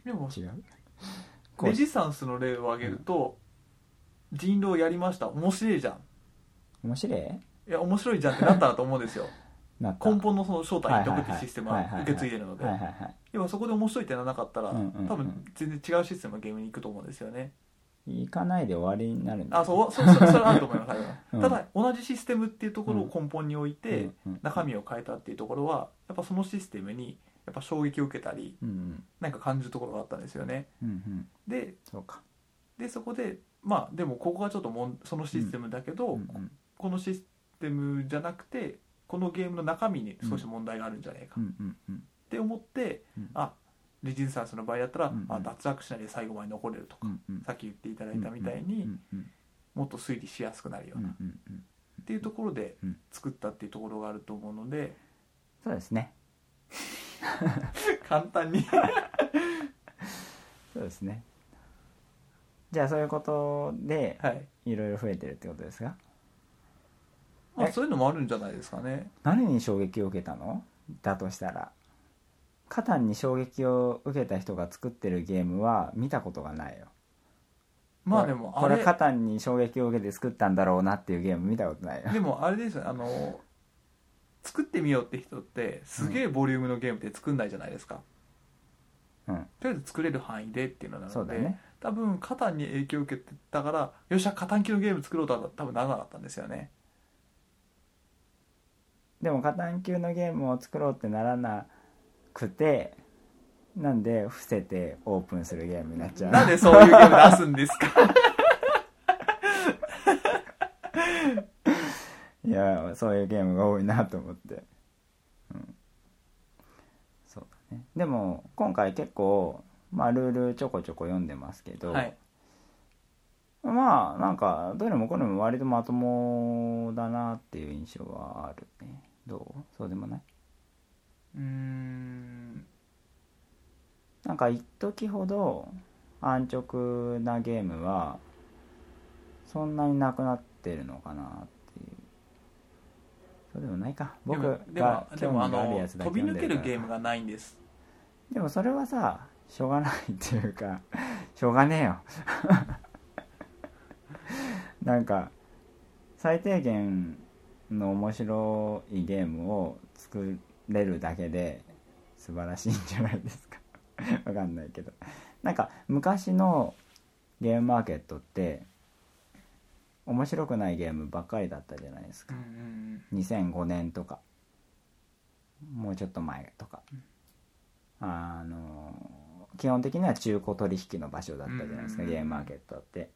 S2: でも
S1: 違うこ
S2: レ
S1: う
S2: ジスタンスの例を挙げると、人狼やりました面白いじゃん
S1: 面白い
S2: いや面白いじゃんってなったらと思うんです よ
S1: なった
S2: 根本のその正体独
S1: はいはいは
S2: 自
S1: い
S2: システムは受け継いでるので
S1: はいはいはい
S2: 要はそこで面白いってならなかったら、
S1: うんうんうん
S2: 多分全然違うシステムのゲームに行くと思うんですよね
S1: 行かないで終わりになるんだ
S2: あそうそそそれはあると思います、
S1: うん
S2: ただ同じシステムっていうところを根本に置い
S1: う
S2: て、
S1: んうん
S2: 中身を変えたっていうところはやっぱそのシステムにやっぱ衝撃を受けたり
S1: うんうん
S2: なんか感じるところがあったんですよね
S1: うんうん
S2: で
S1: そうか
S2: でそこでまあでもここがちょっともんそのシステムだけど、
S1: うんうん
S2: このシステムじゃなくてこのゲームの中身に少し問題があるんじゃないか
S1: う
S2: っ
S1: んうんうん
S2: て思って、
S1: うん
S2: あレジンサンスの場合だったら、
S1: うんうん
S2: あ脱落しないで最後まで残れるとか、
S1: うんうん
S2: さっき言っていただいたみたいに、
S1: うんうん
S2: もっと推理しやすくなるよ
S1: う
S2: うん
S1: う
S2: な、
S1: んうんうん
S2: っていうところで
S1: うん
S2: 作ったっていうところがあると思うので
S1: そうですね
S2: 簡単に
S1: そうですねじゃあそういうことで
S2: はい、
S1: いろいろ増えてるってことですが
S2: ま
S1: え
S2: あ、そういうのもあるんじゃないですかね
S1: 何に衝撃を受けたのだとしたらカタンに衝撃を受けた人が作ってるゲームは見たことがないよ
S2: まあ
S1: これ
S2: でも
S1: こ
S2: あ
S1: れ
S2: れ
S1: カタンに衝撃を受けて作ったんだろうなっていう ゲーム見たことないよ
S2: でもあれですよねあの作ってみようって人ってすげえボリュームのゲームって作んないじゃないですか、
S1: うん
S2: とりあえず作れる範囲でっていうのな
S1: そう
S2: の
S1: だ
S2: で、
S1: ね
S2: 多分カタンに影響を受けてたからよっしゃカタン級のゲーム作ろうとは多分ならなかったんですよね
S1: でもカタン級のゲームを作ろうってならなくてなんで伏せてオープンするゲームになっちゃうの
S2: なんでそういうゲーム出すんで すか
S1: いやそういうゲームが多いなと思ってうんそうだねでも今回結構まあルールちょこちょこ読んでますけど、
S2: はい
S1: まあなんかどれもこれも割とまともだなっていう印象はあるねどうそうでもないう
S2: ーん
S1: なんか一時ほど安直なゲームはそんなになくなってるのかなっていうそうでもないか僕が
S2: でもで
S1: 興
S2: もあ
S1: 味がある
S2: の
S1: やつだけ
S2: 飛び
S1: 読んで
S2: 抜け
S1: る
S2: る
S1: から
S2: ゲームがないんです
S1: でもそれはさしょうがないっていうか しょうがねえよ なんか最低限の面白いゲームを作れるだけで素晴らしいんじゃないですか わかんないけどなんか昔のゲームマーケットって面白くないゲームばっかりだったじゃないですか
S2: うん
S1: 2005年とかもうちょっと前とか、あの基本的には中古取引の場所だったじゃないですか、
S2: うんうんうん
S1: ゲームマーケットって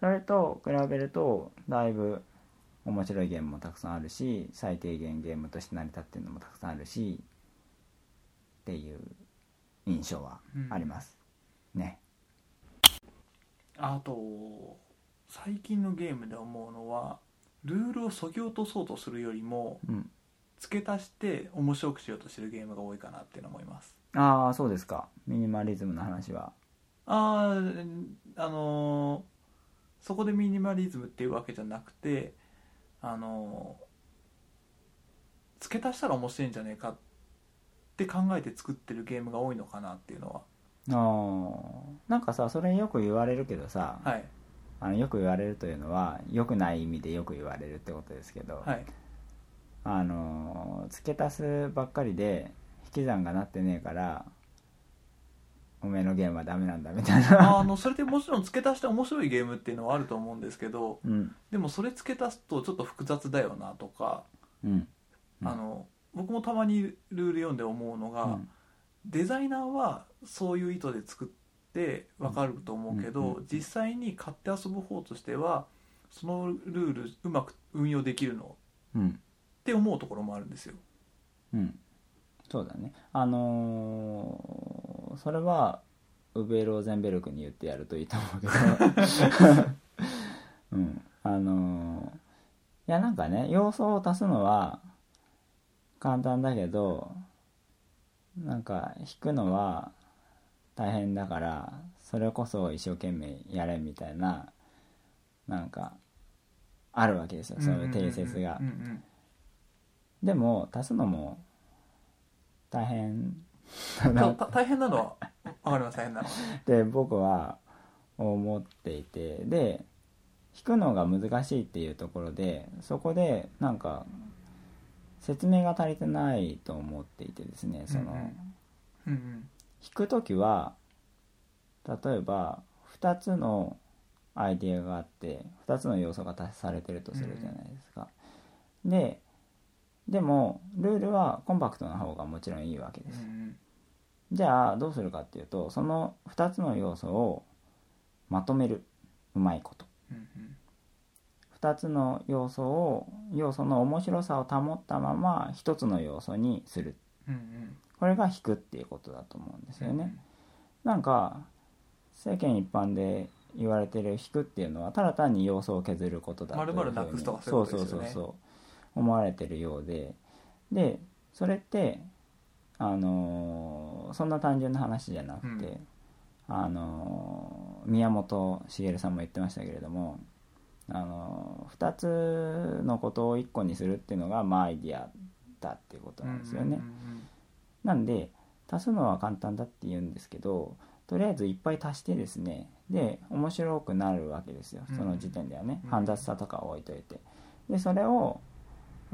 S1: それと比べるとだいぶ面白いゲームもたくさんあるし最低限ゲームとして成り立ってるのもたくさんあるしっていう印象はあります、ね
S2: あと最近のゲームで思うのはルールをそぎ落とそうとするよりも
S1: うん
S2: 付け足して面白くしようとしてるゲームが多いかなっていうのは思います
S1: ああそうですかミニマリズムの話は
S2: あーあのーそこでミニマリズムっていうわけじゃなくてあのー付け足したら面白いんじゃねえかって考えて作ってるゲームが多いのかなっていうの
S1: あーなんかさそれよく言われるけどさ、
S2: ははい
S1: あのよく言われるというのはよくない意味でよく言われるってことですけど、
S2: はい
S1: あの付け足すばっかりで引き算がなってねえからおめえのゲームはダメなんだみたいな、
S2: あのそれでもちろん付け足して面白いゲームっていうのはあると思うんですけど
S1: うん
S2: でもそれ付け足すとちょっと複雑だよなとか、
S1: うんうん
S2: あの僕もたまにルール読んで思うのが、
S1: うん
S2: デザイナーはそういう意図で作って分かると思うけど、
S1: うんうんうん
S2: 実際に買って遊ぶ方としてはそのルールうまく運用できるの
S1: うん
S2: って思うところもあるんですよ。
S1: うんそうだねあのーそれはウベ・ローゼンベルクに言ってやるといいと思うけどうんあのーいやなんかね要素を足すのは簡単だけどなんか弾くのは大変だからそれこそ一生懸命やれみたいななんかあるわけですよそういう定説が
S2: うんうんうん
S1: でも足すのも大変
S2: う
S1: だ
S2: んた
S1: なっ
S2: た大変なのは分かります大変なのは。
S1: て僕は思っていてで弾くのが難しいっていうところでそこでなんか説明が足りてないと思っていてですねその
S2: うん
S1: 弾
S2: うんうん
S1: く時は例えば2つのアイデアがあって2つの要素が足されてるとするじゃないですか。ででもルールはコンパクトな方がもちろんいいわけ
S2: う
S1: です。
S2: ん
S1: じゃあどうするかっていうとその2つの要素をまとめるうまいこと
S2: うんうん
S1: 2つの要素を要素の面白さを保ったまま1つの要素にする
S2: うんうん
S1: これが引くっていうことだと思うんです
S2: う
S1: よ
S2: ん
S1: ねなんか世間一般で言われてる引くっていうのはただ単に要素を削ることだというふう
S2: 丸々
S1: に
S2: なくすとかそう
S1: そ
S2: いう
S1: う
S2: こ
S1: そ
S2: と
S1: う
S2: です
S1: そ
S2: よ
S1: うそ
S2: ね
S1: う思われてるようででそれってあのーそんな単純な話じゃなくて、あのー宮本茂さんも言ってましたけれどもあのー2つのことを1個にするっていうのが、まあ、アイディアだっていうことなんですよね。
S2: うんうん
S1: なんで足すのは簡単だって言うんですけどとりあえずいっぱい足してですねで面白くなるわけですよ
S2: うん
S1: その時点ではね、
S2: うん
S1: 煩雑さとかは置いといてでそれを、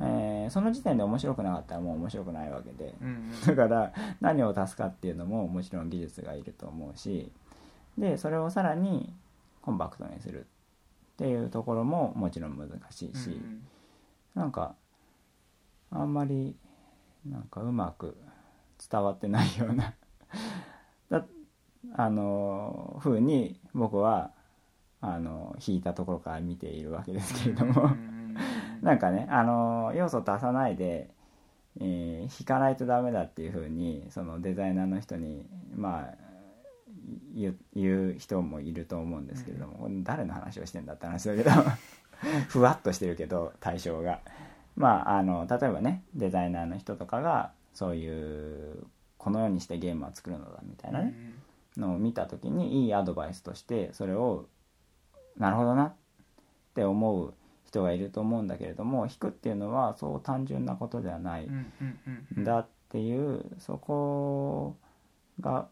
S1: えーその時点で面白くなかったらもう面白くないわけで
S2: うんうん
S1: だから何を足すかっていうのももちろん技術がいると思うしでそれをさらにコンパクトにするっていうところももちろん難しいし、
S2: うん
S1: なんかあんまりなんかうまく伝わってないような だあの風に僕はあの弾いたところから見ているわけですけれども、
S2: うんうんうん
S1: なんかねあの要素足さないで、えー弾かないとダメだっていう風にそのデザイナーの人にまあ言う言う人もいると思うんですけれども、誰の話をしてんだって話だけど ふわっとしてるけど対象がまああの例えばねデザイナーの人とかがそういうこのようにしてゲームは作るのだみたいなね、のを見た時にいいアドバイスとしてそれをなるほどなって思う人がいると思うんだけれども弾くっていうのはそう単純なことではな
S2: う
S1: い
S2: んうんうんうん
S1: んだっていうそこが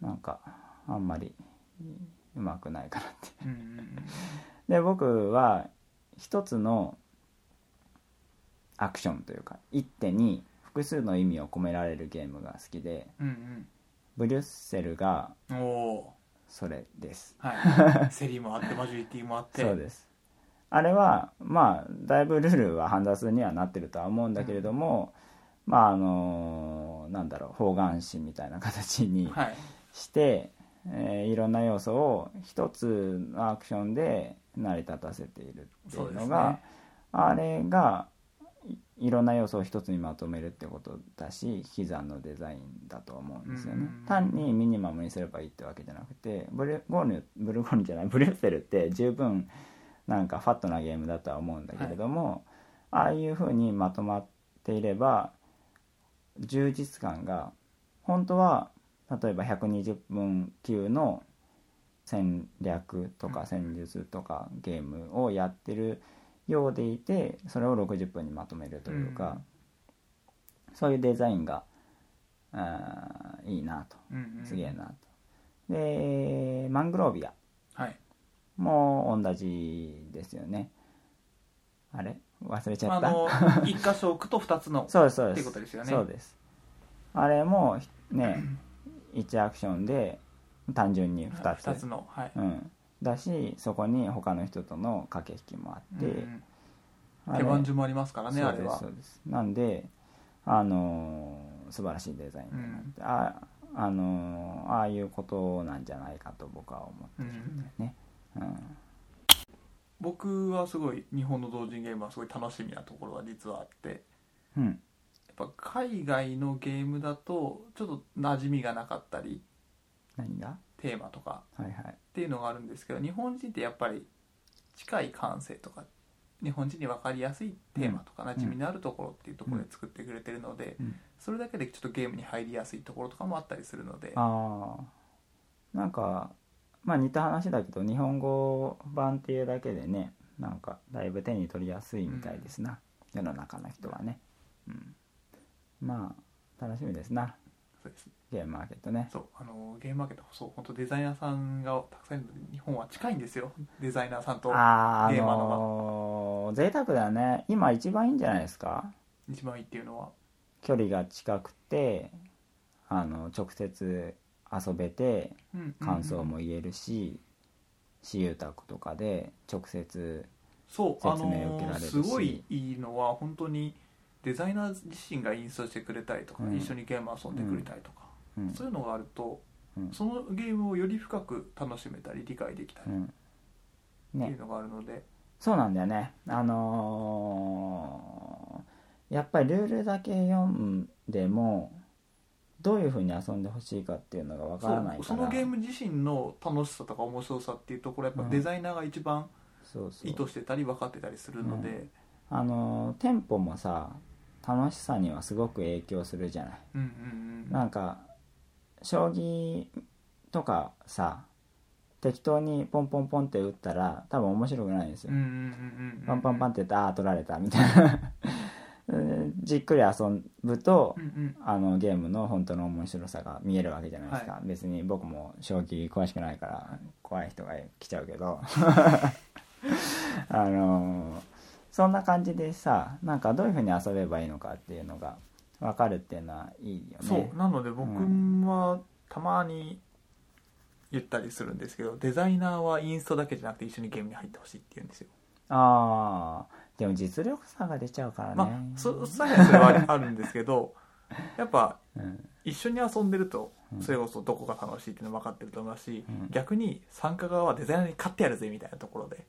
S1: なんかあんまりうまくないかなって。
S2: うんうん
S1: で僕は一つのアクションというか一手に複数の意味を込められるゲームが好きで
S2: うん
S1: ブリュッセルが
S2: うんおお
S1: それです。
S2: は いセリもあってマジョリティもあって
S1: そうですあれはまあだいぶルールは煩雑にはなってるとは思うんだけれども、まああのなんだろう方眼紙みたいな形に
S2: はい
S1: して、えーいろんな要素を一つのアクションで成り立たせているってい
S2: そ
S1: う
S2: うで
S1: の
S2: す
S1: が
S2: ね
S1: あれがいいろんな要素を一つにまとめるってことだし引き算のデザインだと思うんですよね、
S2: うん
S1: 単にミニマムにすればいいってわけじゃなくてブルゴーニュブルゴーニュじゃないブリュッセルって十分なんかファットなゲームだとは思うんだけれども、ああいうふうにまとまっていれば充実感が本当は例えば120分級の戦略と
S2: う
S1: か
S2: ん
S1: 戦術とかゲームをやってるようでいてそれを60分にまとめるというか、そういうデザインがあーいいなと
S2: うんうん
S1: すげえなと。でマングロービア
S2: はい
S1: も同じですよねあれ忘れちゃ
S2: あ
S1: った
S2: の一箇所置くと二つの
S1: そうですそうで
S2: っていう
S1: す
S2: ことですよね
S1: そうですあれもひね1アクションで単純に2つ
S2: 二つのはい
S1: うん、だしそこに他の人との駆け引きもあって、
S2: うんう
S1: あ
S2: ん
S1: れ
S2: 手番順もありますからね
S1: そ
S2: あ
S1: う
S2: れ
S1: です
S2: は
S1: そうですなんであのー素晴らしいデザインだなって、ああのーああいうことなんじゃないかと僕は思
S2: うん
S1: うね、うん、
S2: 僕はすごい日本の同人ゲームはすごい楽しみなところは実はあってや
S1: うん
S2: っぱ海外のゲームだとちょっと馴染みがなかったり
S1: 何が
S2: テーマとか
S1: はいはい
S2: っていうのがあるんですけど日本人ってやっぱり近い感性とか日本人に分かりやすいテーマとか馴染みのあるところっていうところで作ってくれてるので、
S1: うん
S2: それだけでちょっとゲームに入りやすいところとかもあったりするので、
S1: ああなんかまあ似た話だけど日本語版っていうだけでねなんかだいぶ手に取りやすいみたいですな、世の中の人はね、うん、まあ楽しみですな
S2: そうです
S1: ゲームマーケットね
S2: そうあのゲームマーケットそう本当デザイナーさんがたくさんいるので日本は近いんですよデザイナーさんと
S1: あああ
S2: ゲーマーの
S1: のー贅沢だね今一番いいんじゃないですか
S2: 一番いいっていうのは
S1: 距離が近くてあの直接遊べて
S2: うんうん
S1: 感想も言えるし、私有宅とかで直接
S2: そうあ
S1: 説明
S2: の
S1: 受けられるし
S2: すごいいいのは本当にデザイナー自身がインストしてくれたりとか、
S1: うん
S2: 一緒にゲーム遊んでくれたりとか、
S1: うん
S2: そういうのがあると、
S1: うん
S2: そのゲームをより深く楽しめたり理解できたり
S1: うん
S2: ってい
S1: ね
S2: うのがあるので、
S1: そうなんだよねあのーやっぱりルールだけ読んでもどういうふうに遊んでほしいかっていうのがわからないから
S2: そうそのゲーム自身の楽しさとか面白さっていうところやっ
S1: うん
S2: ぱデザイナーが一番
S1: そうそう
S2: 意図してたり分かってたりするので、
S1: あのーテンポもさ楽しさにはすごく影響するじゃない
S2: うんうん
S1: なんか将棋とかさ適当にポンポンポンって打ったら多分面白くないんです
S2: うん
S1: よ、
S2: うんうんうんう
S1: パ
S2: ん
S1: ンパンパンって打ってああ取られたみたいな うんじっくり遊ぶと
S2: うんうん
S1: あのゲームの本当の面白さが見えるわけじゃないですか、別に僕も将棋詳しくないから怖い人が来ちゃうけど あのそんな感じでさなんかどういうふうに遊べばいいのかっていうのが分かるっていうのはいいよね
S2: そうなので僕はたまに言ったりするんですけど、デザイナーはインストだけじゃなくて一緒にゲームに入ってほしいって言うんですよ、
S1: ああでも実力差が出ちゃうからね、
S2: まあそさらにそれはあるんですけどやっぱ
S1: うん
S2: 一緒に遊んでると
S1: うん
S2: それこそどこが楽しいっていうの分かってると思うし、
S1: うん
S2: 逆に参加側はデザイナーに勝ってやるぜみたいなところで、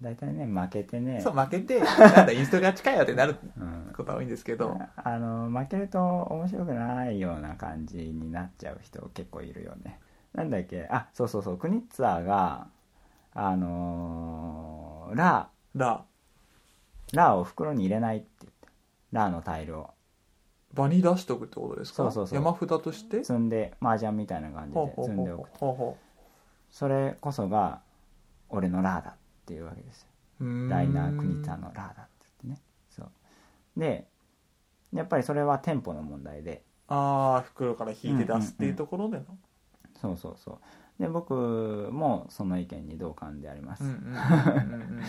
S1: 大体ね負けてね
S2: そう負 けてなんだインストが近いよってなる
S1: うん
S2: ことが多いんですけど、
S1: あの負けると面白くないような感じになっちゃう人結構いるよねなんだっけあそうそうそうクニッツァーがあのーラ
S2: ラ
S1: ーラーを袋に入れないって言ったラーのタイルを
S2: 場に出しとくってことですか
S1: そうそうそう
S2: 山札として
S1: 積んで麻雀みたいな感じで積んでおく
S2: ほうほ
S1: それこそが俺のラーだっていうわけですよ
S2: うほううーん
S1: ライナー・クニタのラーだって言ってねそうでやっぱりそれはテンポの問題で
S2: ああ袋から引いて出すっていうところでの
S1: そうそうそうで僕もその意見に同感であります、
S2: う
S1: うんん
S2: うんうんうん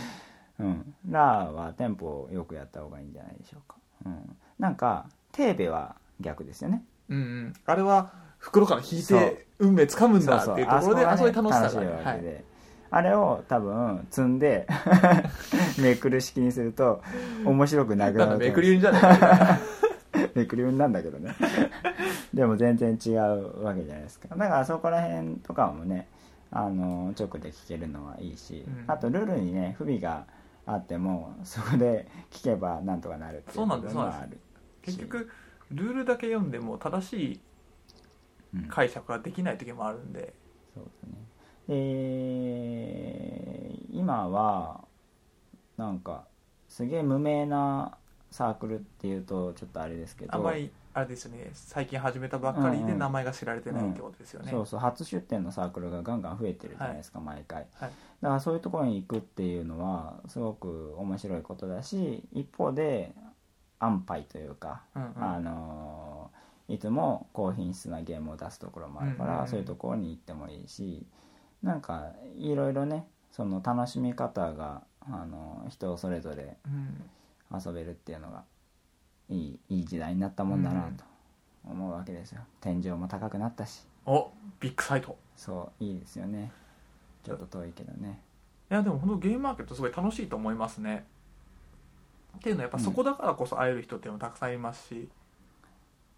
S2: うん
S1: ラーはテンポをよくやった方がいいんじゃないでしょうか、うん、なんかテーベは逆ですよね
S2: うんうんあれは袋から引い
S1: そう
S2: て運命掴むん
S1: そう
S2: だ
S1: そう
S2: っていうところで
S1: あ
S2: あ
S1: そ
S2: そ
S1: こ
S2: こ
S1: が
S2: で
S1: ね
S2: 楽しさ
S1: 楽しい
S2: がある
S1: わ
S2: は
S1: け
S2: い
S1: で、あれを多分積んで めくる式にすると面白くなくな
S2: な
S1: ると思
S2: んだ
S1: う
S2: めくり運じゃないかな
S1: めくり運なんだけど ねでも全然違うわけじゃないですかだからそこら辺とかもねあの直で聞けるのはいいし、
S2: うん
S1: あとルールにね不備があってもそこで聞けばなんとかなるっていう
S2: そうなんです
S1: 部分はある
S2: 結局ルールだけ読んでも正しい
S1: うん
S2: 解釈ができない時もあるんで、
S1: そうだねで今はなんかすげえ無名なサークルっていうとちょっとあれですけど
S2: あんまりあれですよね最近始めたばっかり
S1: うん
S2: で
S1: うん
S2: 名前が知られてないってことですよね、
S1: そうそう初出店のサークルがガンガン増えてるじゃないですか、毎回、
S2: はい
S1: だからそういうところに行くっていうのはすごく面白いことだし一方で安牌というか、
S2: うんうん
S1: あのーいつも高品質なゲームを出すところもあるから、
S2: うんうんうん
S1: そういうところに行ってもいいしなんかいろいろねその楽しみ方が、あのー人それぞれ
S2: うん
S1: 遊べるっていうのがいいいい時代になったもんだなと思うわけですよ、天井も高くなったし
S2: おビッグサイト
S1: そういいですよねちょっと遠いけどね
S2: いやでも本当ゲームマーケットすごい楽しいと思いますねっていうのはやっぱそこだからこそ会える人っていうのもたくさんいま すし、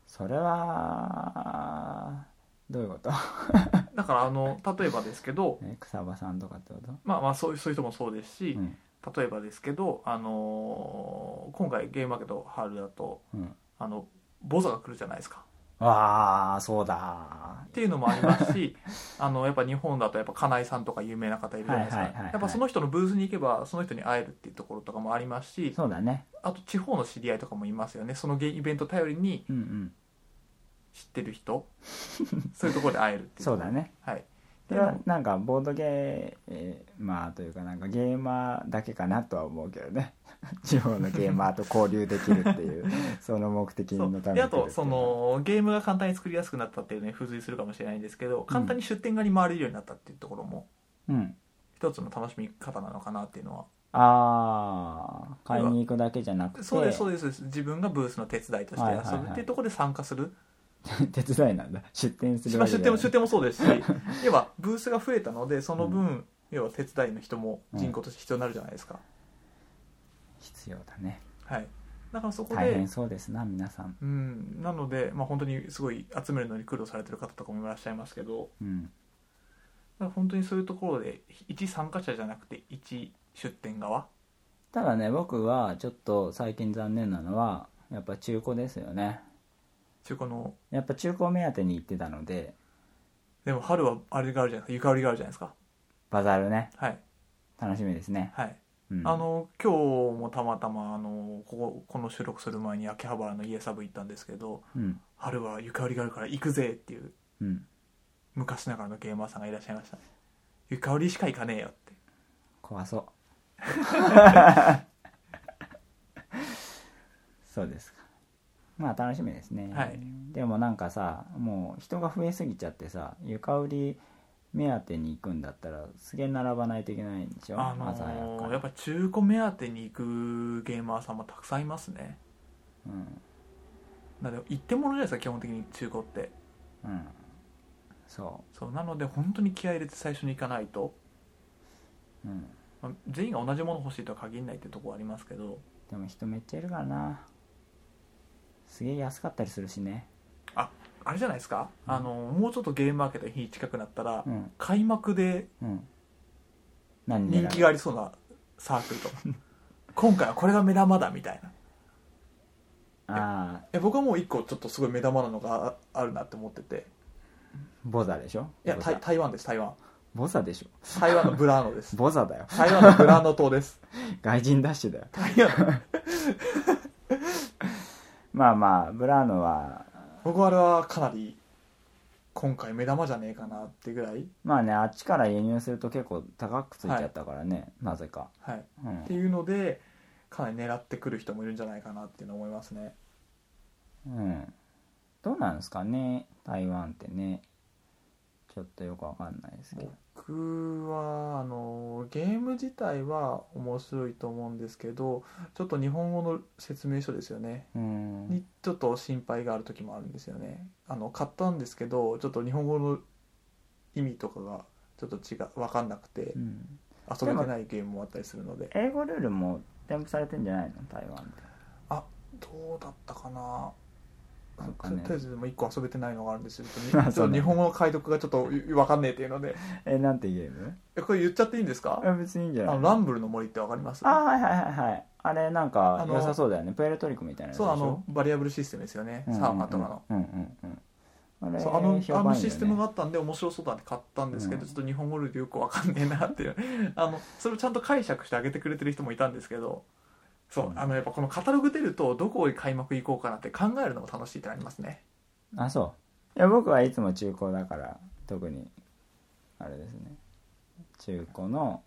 S1: それはどういうこと
S2: だからあの例えばですけど
S1: え草場さんとかってこと
S2: まあまあそういうそういう人もそうですし、
S1: うん
S2: 例えばですけど、あのー今回ゲームマーケット春だと
S1: うん
S2: あのボザが来るじゃないですか
S1: ああそうだ
S2: っていうのもありますし あのやっぱ日本だとやっぱ金井さんとか有名な方いるじゃないですか、
S1: はいはいはいはい
S2: やっぱその人のブースに行けばその人に会えるっていうところとかもありますし
S1: そうだね
S2: あと地方の知り合いとかもいますよねそのゲイベント頼りに
S1: うんうん
S2: 知って る人そういうところで会えるっていう
S1: そうだね
S2: はい
S1: それはなんかボードゲーマーというかなんかゲーマーだけかなとは思うけどね 地方のゲーマーと交流できるって いうその目的
S2: そ
S1: のた
S2: う
S1: めに
S2: であ
S1: 来るって
S2: と
S1: いう
S2: そのゲームが簡単に作りやすくなったっていうのに付随するかもしれないんですけど簡単に出店側に回れるようになったっていうところも
S1: うん
S2: 一つの楽しみ方なのかなっていうのは
S1: ああ買いに行くだけじゃなくて
S2: そうですそうですそうです自分がブースの手伝いとして
S1: はいはいはい
S2: 遊ぶっていうところで参加する
S1: 手伝いなんだ出店する
S2: まあ
S1: け
S2: 出
S1: じゃな
S2: 店も
S1: い
S2: 出店もそうですし 要はブースが増えたのでその分、要は手伝いの人も人口として必要になるじゃないですか、
S1: 必要だね
S2: はいだからそこ
S1: 大
S2: で
S1: 変そうですな皆さん
S2: うんなので、まあ、本当にすごい集めるのに苦労されてる方とかもいらっしゃいますけど
S1: うん
S2: だから本当にそういうところで一参加者じゃなくて一出店側
S1: ただね僕はちょっと最近残念なのはやっぱ中古ですよね
S2: 中古の
S1: やっぱ中古目当てに行ってたので
S2: でも春はあれがあるじゃないですかゆかりがあるじゃないですか
S1: バザールね
S2: はい
S1: 楽しみですね、
S2: はい
S1: うん、
S2: あの今日もたまたまあのこここの収録する前に秋葉原の家サブ行ったんですけど
S1: うん
S2: 春はゆかりがあるから行くぜっていう
S1: うん
S2: 昔ながらのゲーマーさんがいらっしゃいましたねゆかりしか行かねえよって
S1: 怖そう そうですかまあ楽しみですね、
S2: はい
S1: でもなんかさもう人が増えすぎちゃってさ床売り目当てに行くんだったらすげえ並ばないといけないんでしょ、
S2: あの
S1: 朝早くか
S2: ー
S1: ら
S2: やっぱ中古目当てに行くゲーマーさんもたくさんいますね
S1: うん
S2: なので行ってもらえないですか基本的に中古って
S1: うんそ
S2: そうなので本当に気合い入れて最初に行かないと、
S1: ううん
S2: まあ全員が同じもの欲しいとは限らないってとこはありますけど
S1: でも人めっちゃいるからなすげえ安かったりするしね
S2: あれじゃないですか、あのーもうちょっとゲームマーケットに日近くなったら、
S1: うん
S2: 開幕で
S1: うん何狙う
S2: 人気がありそうなサークルとか今回はこれが目玉だみたいな
S1: ああ
S2: え僕はもう一個ちょっとすごい目玉なのがああるなって思ってて
S1: ボザでしょ
S2: いや
S1: ボザ
S2: 台台湾です台湾
S1: ボザでしょ
S2: 台湾のブラーノです
S1: ボザだよ
S2: 台湾のブラーノ島です
S1: 外人ダッシュだよ
S2: 台湾 の
S1: まあまあブラーノは
S2: 僕はあれはかなり今回目玉じゃねえかなってぐらい、
S1: まあねあっちから輸入すると結構高くついちゃったからね、なぜか、
S2: はい、っ
S1: うん
S2: ていうのでかなり狙ってくる人もいるんじゃないかなっていうのを思いますね
S1: うん、どうなんですかね台湾ってねちょっとよくわかんないですけど
S2: 僕はあのゲーム自体は面白いと思うんですけどちょっと日本語の説明書ですよね
S1: うん
S2: にちょっと心配がある時もあるんですよねあの買ったんですけどちょっと日本語の意味とかがちょっと違う分かんなくて
S1: うん
S2: 遊べてないゲームもあったりするので
S1: 英語ルールも添付されてんじゃないの台湾って
S2: どうだったかな
S1: なんか
S2: とり
S1: ね
S2: あえずでも1個遊べてないのがあるん ですよ
S1: あ
S2: ち
S1: そ
S2: ょ
S1: うな
S2: っと
S1: んだ
S2: 日本語の解読がちょっと分かんねえっていうので
S1: えなんてゲーム
S2: えこれ言っちゃっていいんですか
S1: あ別にいいんじゃ
S2: あ
S1: ない
S2: のランブルの森って分かります
S1: あはいはいはいはいあれなんか
S2: あの
S1: 良さそうだよねプエルトリコみたいなやつで
S2: そ
S1: し
S2: う
S1: ょ
S2: あのバリアブルシステムですよね、サーファーとかの。
S1: うんうんうんうんうんあれ
S2: そうあ
S1: 評判い
S2: のあ
S1: いよね
S2: のシステムがあったんで面白そうだって買ったんですけど、
S1: うん
S2: ちょっと日本語ルールよくわかんねえなっていうあのそれをちゃんと解釈してあげてくれてる人もいたんですけどそう、
S1: うん
S2: あのやっぱこのカタログ出るとどこへ開幕行こうかなって考えるのも楽しいってなりますね
S1: あそういや僕はいつも中古だから特にあれですね中古の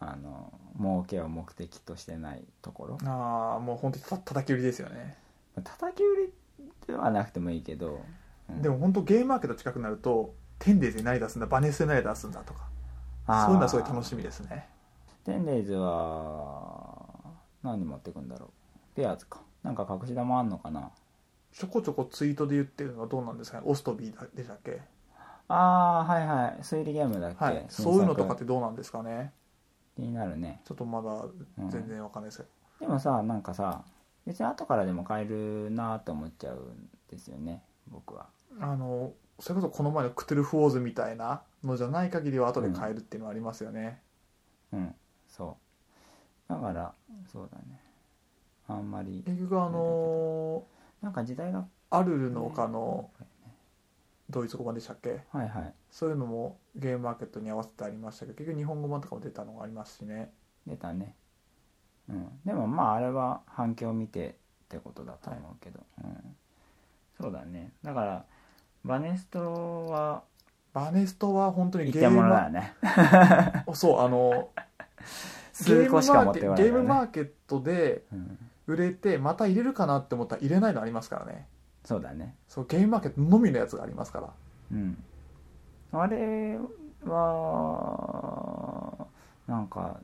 S1: あの儲けを目的としてないところ
S2: ああもう本当にた叩き売りですよね、
S1: 叩き売りではなくてもいいけど、うん
S2: でも本当ゲームマーケット近くなるとテンデイズで何出すんだバネスで何出すんだとか
S1: あー
S2: そういうのはすごい楽しみですね
S1: テンデイズは何持ってくんだろうペアーズかなんか隠し玉あんのかな
S2: ちょこちょこツイートで言ってるのはどうなんですかねオスとビーだでしたっけ、
S1: ああはいはい推理ゲームだっけ、
S2: はい、
S1: 新
S2: そういうの
S1: 作
S2: とかってどうなんですかね
S1: 気になるね
S2: ちょっとまだ全然わかんないですけど、
S1: でもさなんかさ別に後からでも買えるなと思っちゃうんですよね僕は
S2: あのそれこそこの前のクトゥルフォーズみたいなのじゃない限りは後で買えるっていうのはありますよね、
S1: うんそうだからそうだねあんまり
S2: 結局あの
S1: なんか時代が
S2: アルルの丘のドイツ語版でしたっけ
S1: はいはい
S2: そういうのもゲームマーケットに合わせてありましたけど結局日本語版とかも出たのがありますしね
S1: 出たねうんでもまああれは反響を見てってことだと思うけど、うんそうだねだからバネストは
S2: バネストは本当に
S1: 一
S2: ゲー
S1: 点
S2: ム
S1: 物だ
S2: マ
S1: よね
S2: そうあの
S1: 数個しか持って
S2: ゲ
S1: こない
S2: ームマーケゲ
S1: か
S2: ームマ
S1: らね
S2: ーケットで
S1: うん
S2: 売れてまた入れるかなって思ったら入れないのありますからね
S1: そうだね
S2: そうゲームマーケットのみのやつがありますから
S1: うん、あれはなんか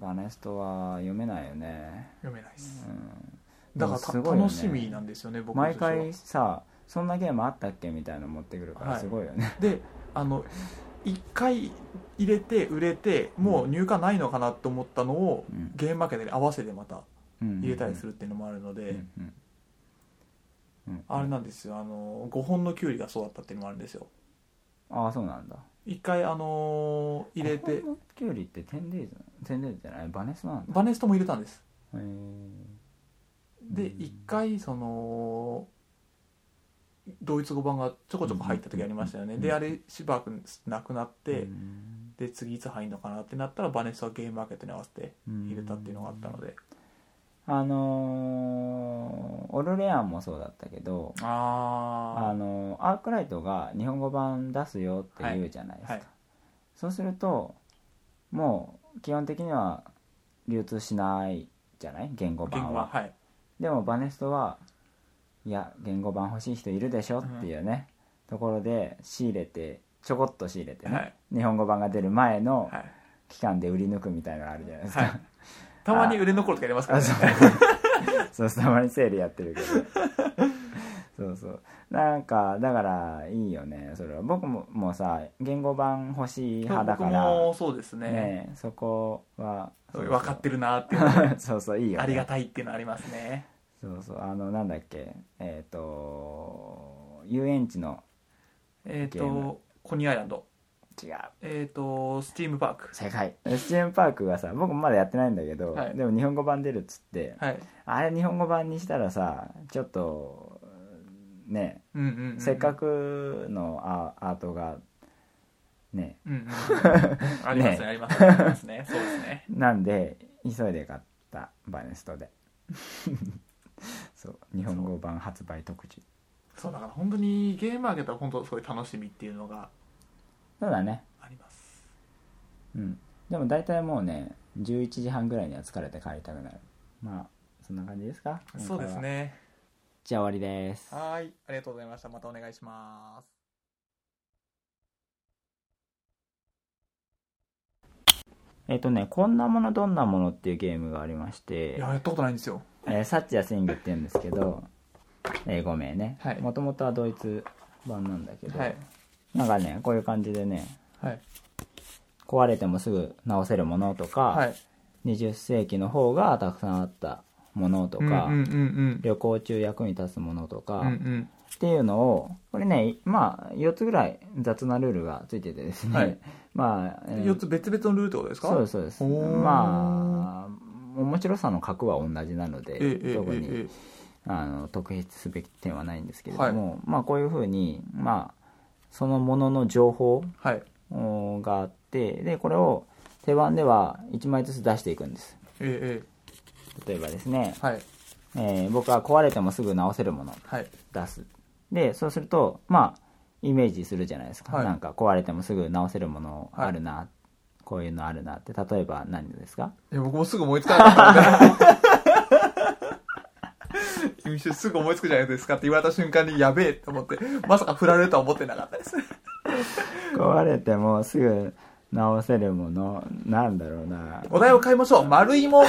S1: バネストは読めないよね、
S2: 読めないです
S1: うん、
S2: だからた
S1: すごいよね
S2: 楽しみなんですよね僕
S1: 毎
S2: としては
S1: 回さそんなゲームあったっけみたいなの持ってくるから
S2: はい
S1: すごいよ ね、
S2: であの1回入れて売れてもう入荷ないのかなと思ったのを
S1: うん
S2: ゲームマーケットに合わせてまた
S1: うん
S2: 入れたりするっていうのもあるので、
S1: うんうんうん
S2: あれなんですよあの5本のキュウリがそうだったっていうのもあるんですよ
S1: ああそうなんだ
S2: 1回あのー入れて
S1: このキュウリってテンデイズテンデイズじゃないバネストなんだ
S2: バネストも入れたんです
S1: へえ
S2: で
S1: うん
S2: 1回そのドイツ語版がちょこちょこ入った時ありましたよね、
S1: うん
S2: であれしばらくなくなって、
S1: うん
S2: で次いつ入るのかなってなったらバネストはゲームマーケットに合わせて入れたっていうのがあったので、
S1: あのーオルレアンもそうだったけど、
S2: ああ
S1: あのアークライトが日本語版出すよって言うじゃないですか、
S2: はいはい
S1: そうするともう基本的には流通しないじゃない言語
S2: 言
S1: 版
S2: 語
S1: は
S2: ははい
S1: でもバネストはいや言語版欲しい人いるでしょっていうね、ところで仕入れてちょこっと仕入れてね、
S2: はい
S1: 日本語版が出る前の
S2: はい
S1: 期間で売り抜くみたいなのあるじゃないですか、
S2: はいたまに売れ残るとかやりますか
S1: あ
S2: らね
S1: そうそう たまにセールやってるけどそうそうなんかだからいいよねそれは僕ももうさ言語版欲しい派だ
S2: 僕
S1: から
S2: もそうですね
S1: ねえそこは
S2: 分かってるなーっていうの
S1: る そうそういいよ、ね、
S2: ありがたいっていうのありますね
S1: そうそうあのなんだっけえっ、と遊園地の
S2: えっ、
S1: ゲーム
S2: とコニーアイランド
S1: 違う
S2: えっ、とスチームパーク
S1: 世界 SGM パークがさ僕もまだやってないんだけど、
S2: はい
S1: でも日本語版出るっつって
S2: はい
S1: あれ日本語版にしたらさちょっとねえ
S2: うんうんうん、うん、
S1: せっかくのアアートがね
S2: うん、 うん、ありますねありますねありますねそうですね
S1: なんで急いで買ったバネストで そう日本語版発売特需
S2: そうだから本当にゲームマーケットは本当すごい楽しみっていうのが
S1: そうだね
S2: あります
S1: うんでも大体もうね11時半ぐらいには疲れて帰りたくなるまあそんな感じですか
S2: そう
S1: 今
S2: です
S1: 回は
S2: ね
S1: じゃあ終わりです
S2: はーいありがとうございましたまたお願いします
S1: えっ、とね「こんなものどんなもの」っていうゲームがありまして
S2: いややったことないんですよ
S1: えーサッチやスイングって言うんですけど、えー、5名ね
S2: はい
S1: もともとはドイツ版なんだけど、
S2: はい
S1: なんかねこういう感じでね
S2: はい
S1: 壊れてもすぐ直せるものとか、
S2: はい
S1: 20世紀の方がたくさんあったものと
S2: うんうん
S1: か、
S2: うん
S1: 旅行中役に立つものとか、
S2: うんうん
S1: っていうのをこれねまあ4つぐらい雑なルールがついててですね、
S2: はい
S1: まあ、えー
S2: 4つ別々のルールってことですか
S1: そうですそうです
S2: おー
S1: まあ面白さの角は同じなので、
S2: えええ
S1: 特に、
S2: ええ
S1: あの特筆すべき点はないんですけれども、まあこういうふうにまあそのものの情報
S2: えはい
S1: おがあってでこれを手番では1枚ずつ出していくんです
S2: えええ
S1: 例えばですね
S2: え、はい
S1: えー僕は壊れてもすぐ直せるもの
S2: はい
S1: 出すでそうするとまあイメージするじゃないですか、
S2: はい
S1: なんか壊れてもすぐ直せるものあるな、こういうのあるなって例えば何ですか
S2: いや僕もすぐ思いつかなか ったんで一瞬すぐ思いつくじゃないですかって言われた瞬間にやべえって思ってまさか振られるとは思ってなかったです
S1: 壊れてもすぐ直せるものなんだろうな
S2: お題を変えましょう丸い もの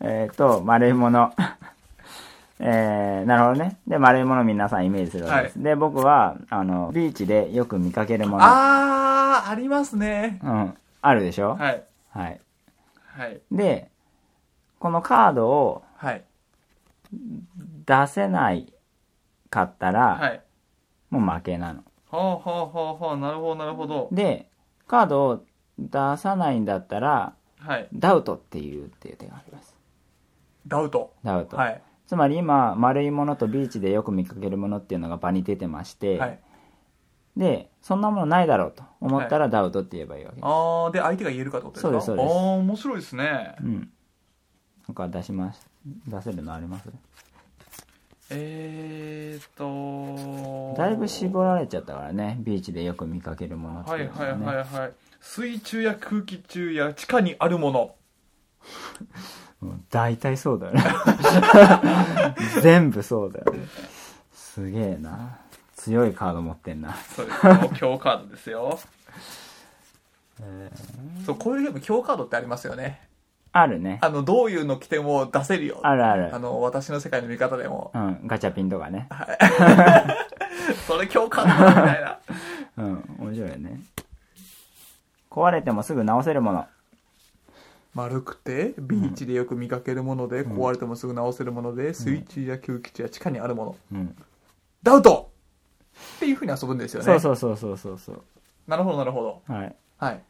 S1: えっ、と、丸いもの。 えー、なるほどね。で、丸いもの皆さんイメージするわけです。で、僕は、あの、ビーチでよく見かけるもの。
S2: あーありますね
S1: うん。あるでしょはい。
S2: はいはい
S1: で、このカードを
S2: はい
S1: 出せないかったら、
S2: はい
S1: もう負けなの。
S2: ほうほうほうほうなるほどなるほど
S1: で、カードを出さないんだったら、
S2: はい
S1: ダウトっていうっていう手があります。
S2: ダウト
S1: ダウト。
S2: はい
S1: つまり今、丸いものとビーチでよく見かけるものっていうのが場に出てまして、
S2: はい
S1: でそんなものないだろうと思ったらダウトって言えばいいわけです、
S2: ああで相手が言えるかってことです
S1: そ
S2: か
S1: うですそうです
S2: ああ面白いですね
S1: うんなんか出します出せるのあります
S2: えーっと
S1: だいぶ絞られちゃったからねビーチでよく見かけるものって
S2: はいいう
S1: の
S2: はい
S1: はね
S2: はいはい水中や空気中や地下にあるもの
S1: うん大体そうだよ ね全部そうだよねすげえな強いカード持ってんな
S2: そうですよ強カードです よそうこういうゲーム強カードってありますよね
S1: あるね
S2: あのどういうの来ても出せるよ
S1: あるあ
S2: あ
S1: る
S2: の私の世界の見方で も
S1: うんガチャピンとかね
S2: それ強カードだみたいな
S1: うん面白いよね壊れてもすぐ直せるもの
S2: 丸くてビーチでよく見かけるもので、壊れてもすぐ直せるもので水中や空気中や地下にあるもの、
S1: うん
S2: ダウトっていうふうに遊ぶんですよね
S1: そうそうそうそうそうそう
S2: なるほどなるほど
S1: はい
S2: はい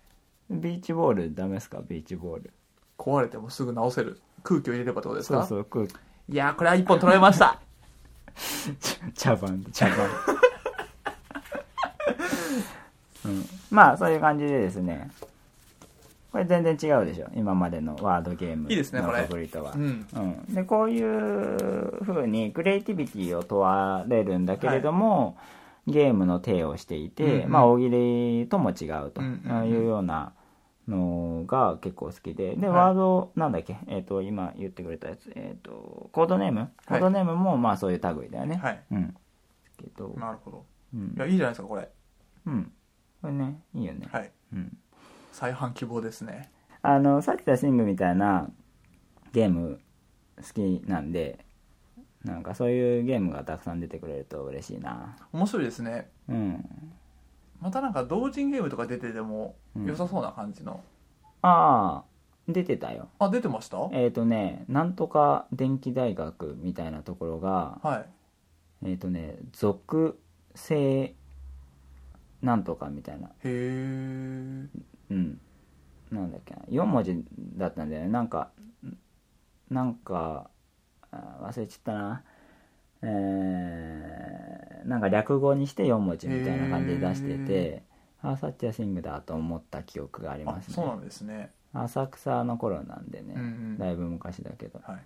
S1: ビーチボールダメですかビーチボール
S2: 壊れてもすぐ直せる空気を入れればってことです
S1: そ
S2: か
S1: うそうこう
S2: いやーこれは一本取られました
S1: 茶番茶 番うん、まあそういう感じでですねこれ全然違うでしょ今までのワードゲーム
S2: いいですねこ
S1: の
S2: れ
S1: ファブリとは
S2: うん
S1: うん、でこういう風にクリエイティビティを問われるんだけれども、ゲームの体をしていて、
S2: うんうん
S1: まあ、大喜利とも違うと
S2: うんうんうん
S1: いうようなのが結構好きでで、
S2: はい
S1: ワードなんだっけ、えー、と今言ってくれたやつ、えー、とコードネームコードネームもまあそういう類だよね、
S2: はい
S1: うんけど、
S2: なるほど
S1: うん
S2: いやいいじゃないですかこれ
S1: うん、これねいいよね、
S2: はい
S1: うん、
S2: 再販希望ですね
S1: あのさっき言ったシングみたいなゲーム好きなんでなんかそういうゲームがたくさん出てくれると嬉しいな
S2: 面白いですね
S1: うん
S2: またなんか同人ゲームとか出てても良さそうな感じの、
S1: ああ出てたよ
S2: あ出てましたはい
S1: えっ、とねなんとか電気大学みたいなところがえっ、とね属性なんとかみたいな
S2: へえ
S1: うんなんだっけな4文字だったんだよねなんかなんかあー忘れちゃったなえー、なんか略語にして4文字みたいな感じで出してて
S2: へ
S1: あーサッチャーシングだと思った記憶があり
S2: あ
S1: ます
S2: そう
S1: ね
S2: なんですね
S1: 浅草の頃なんでね、
S2: うんうん
S1: だいぶ昔だけど
S2: はい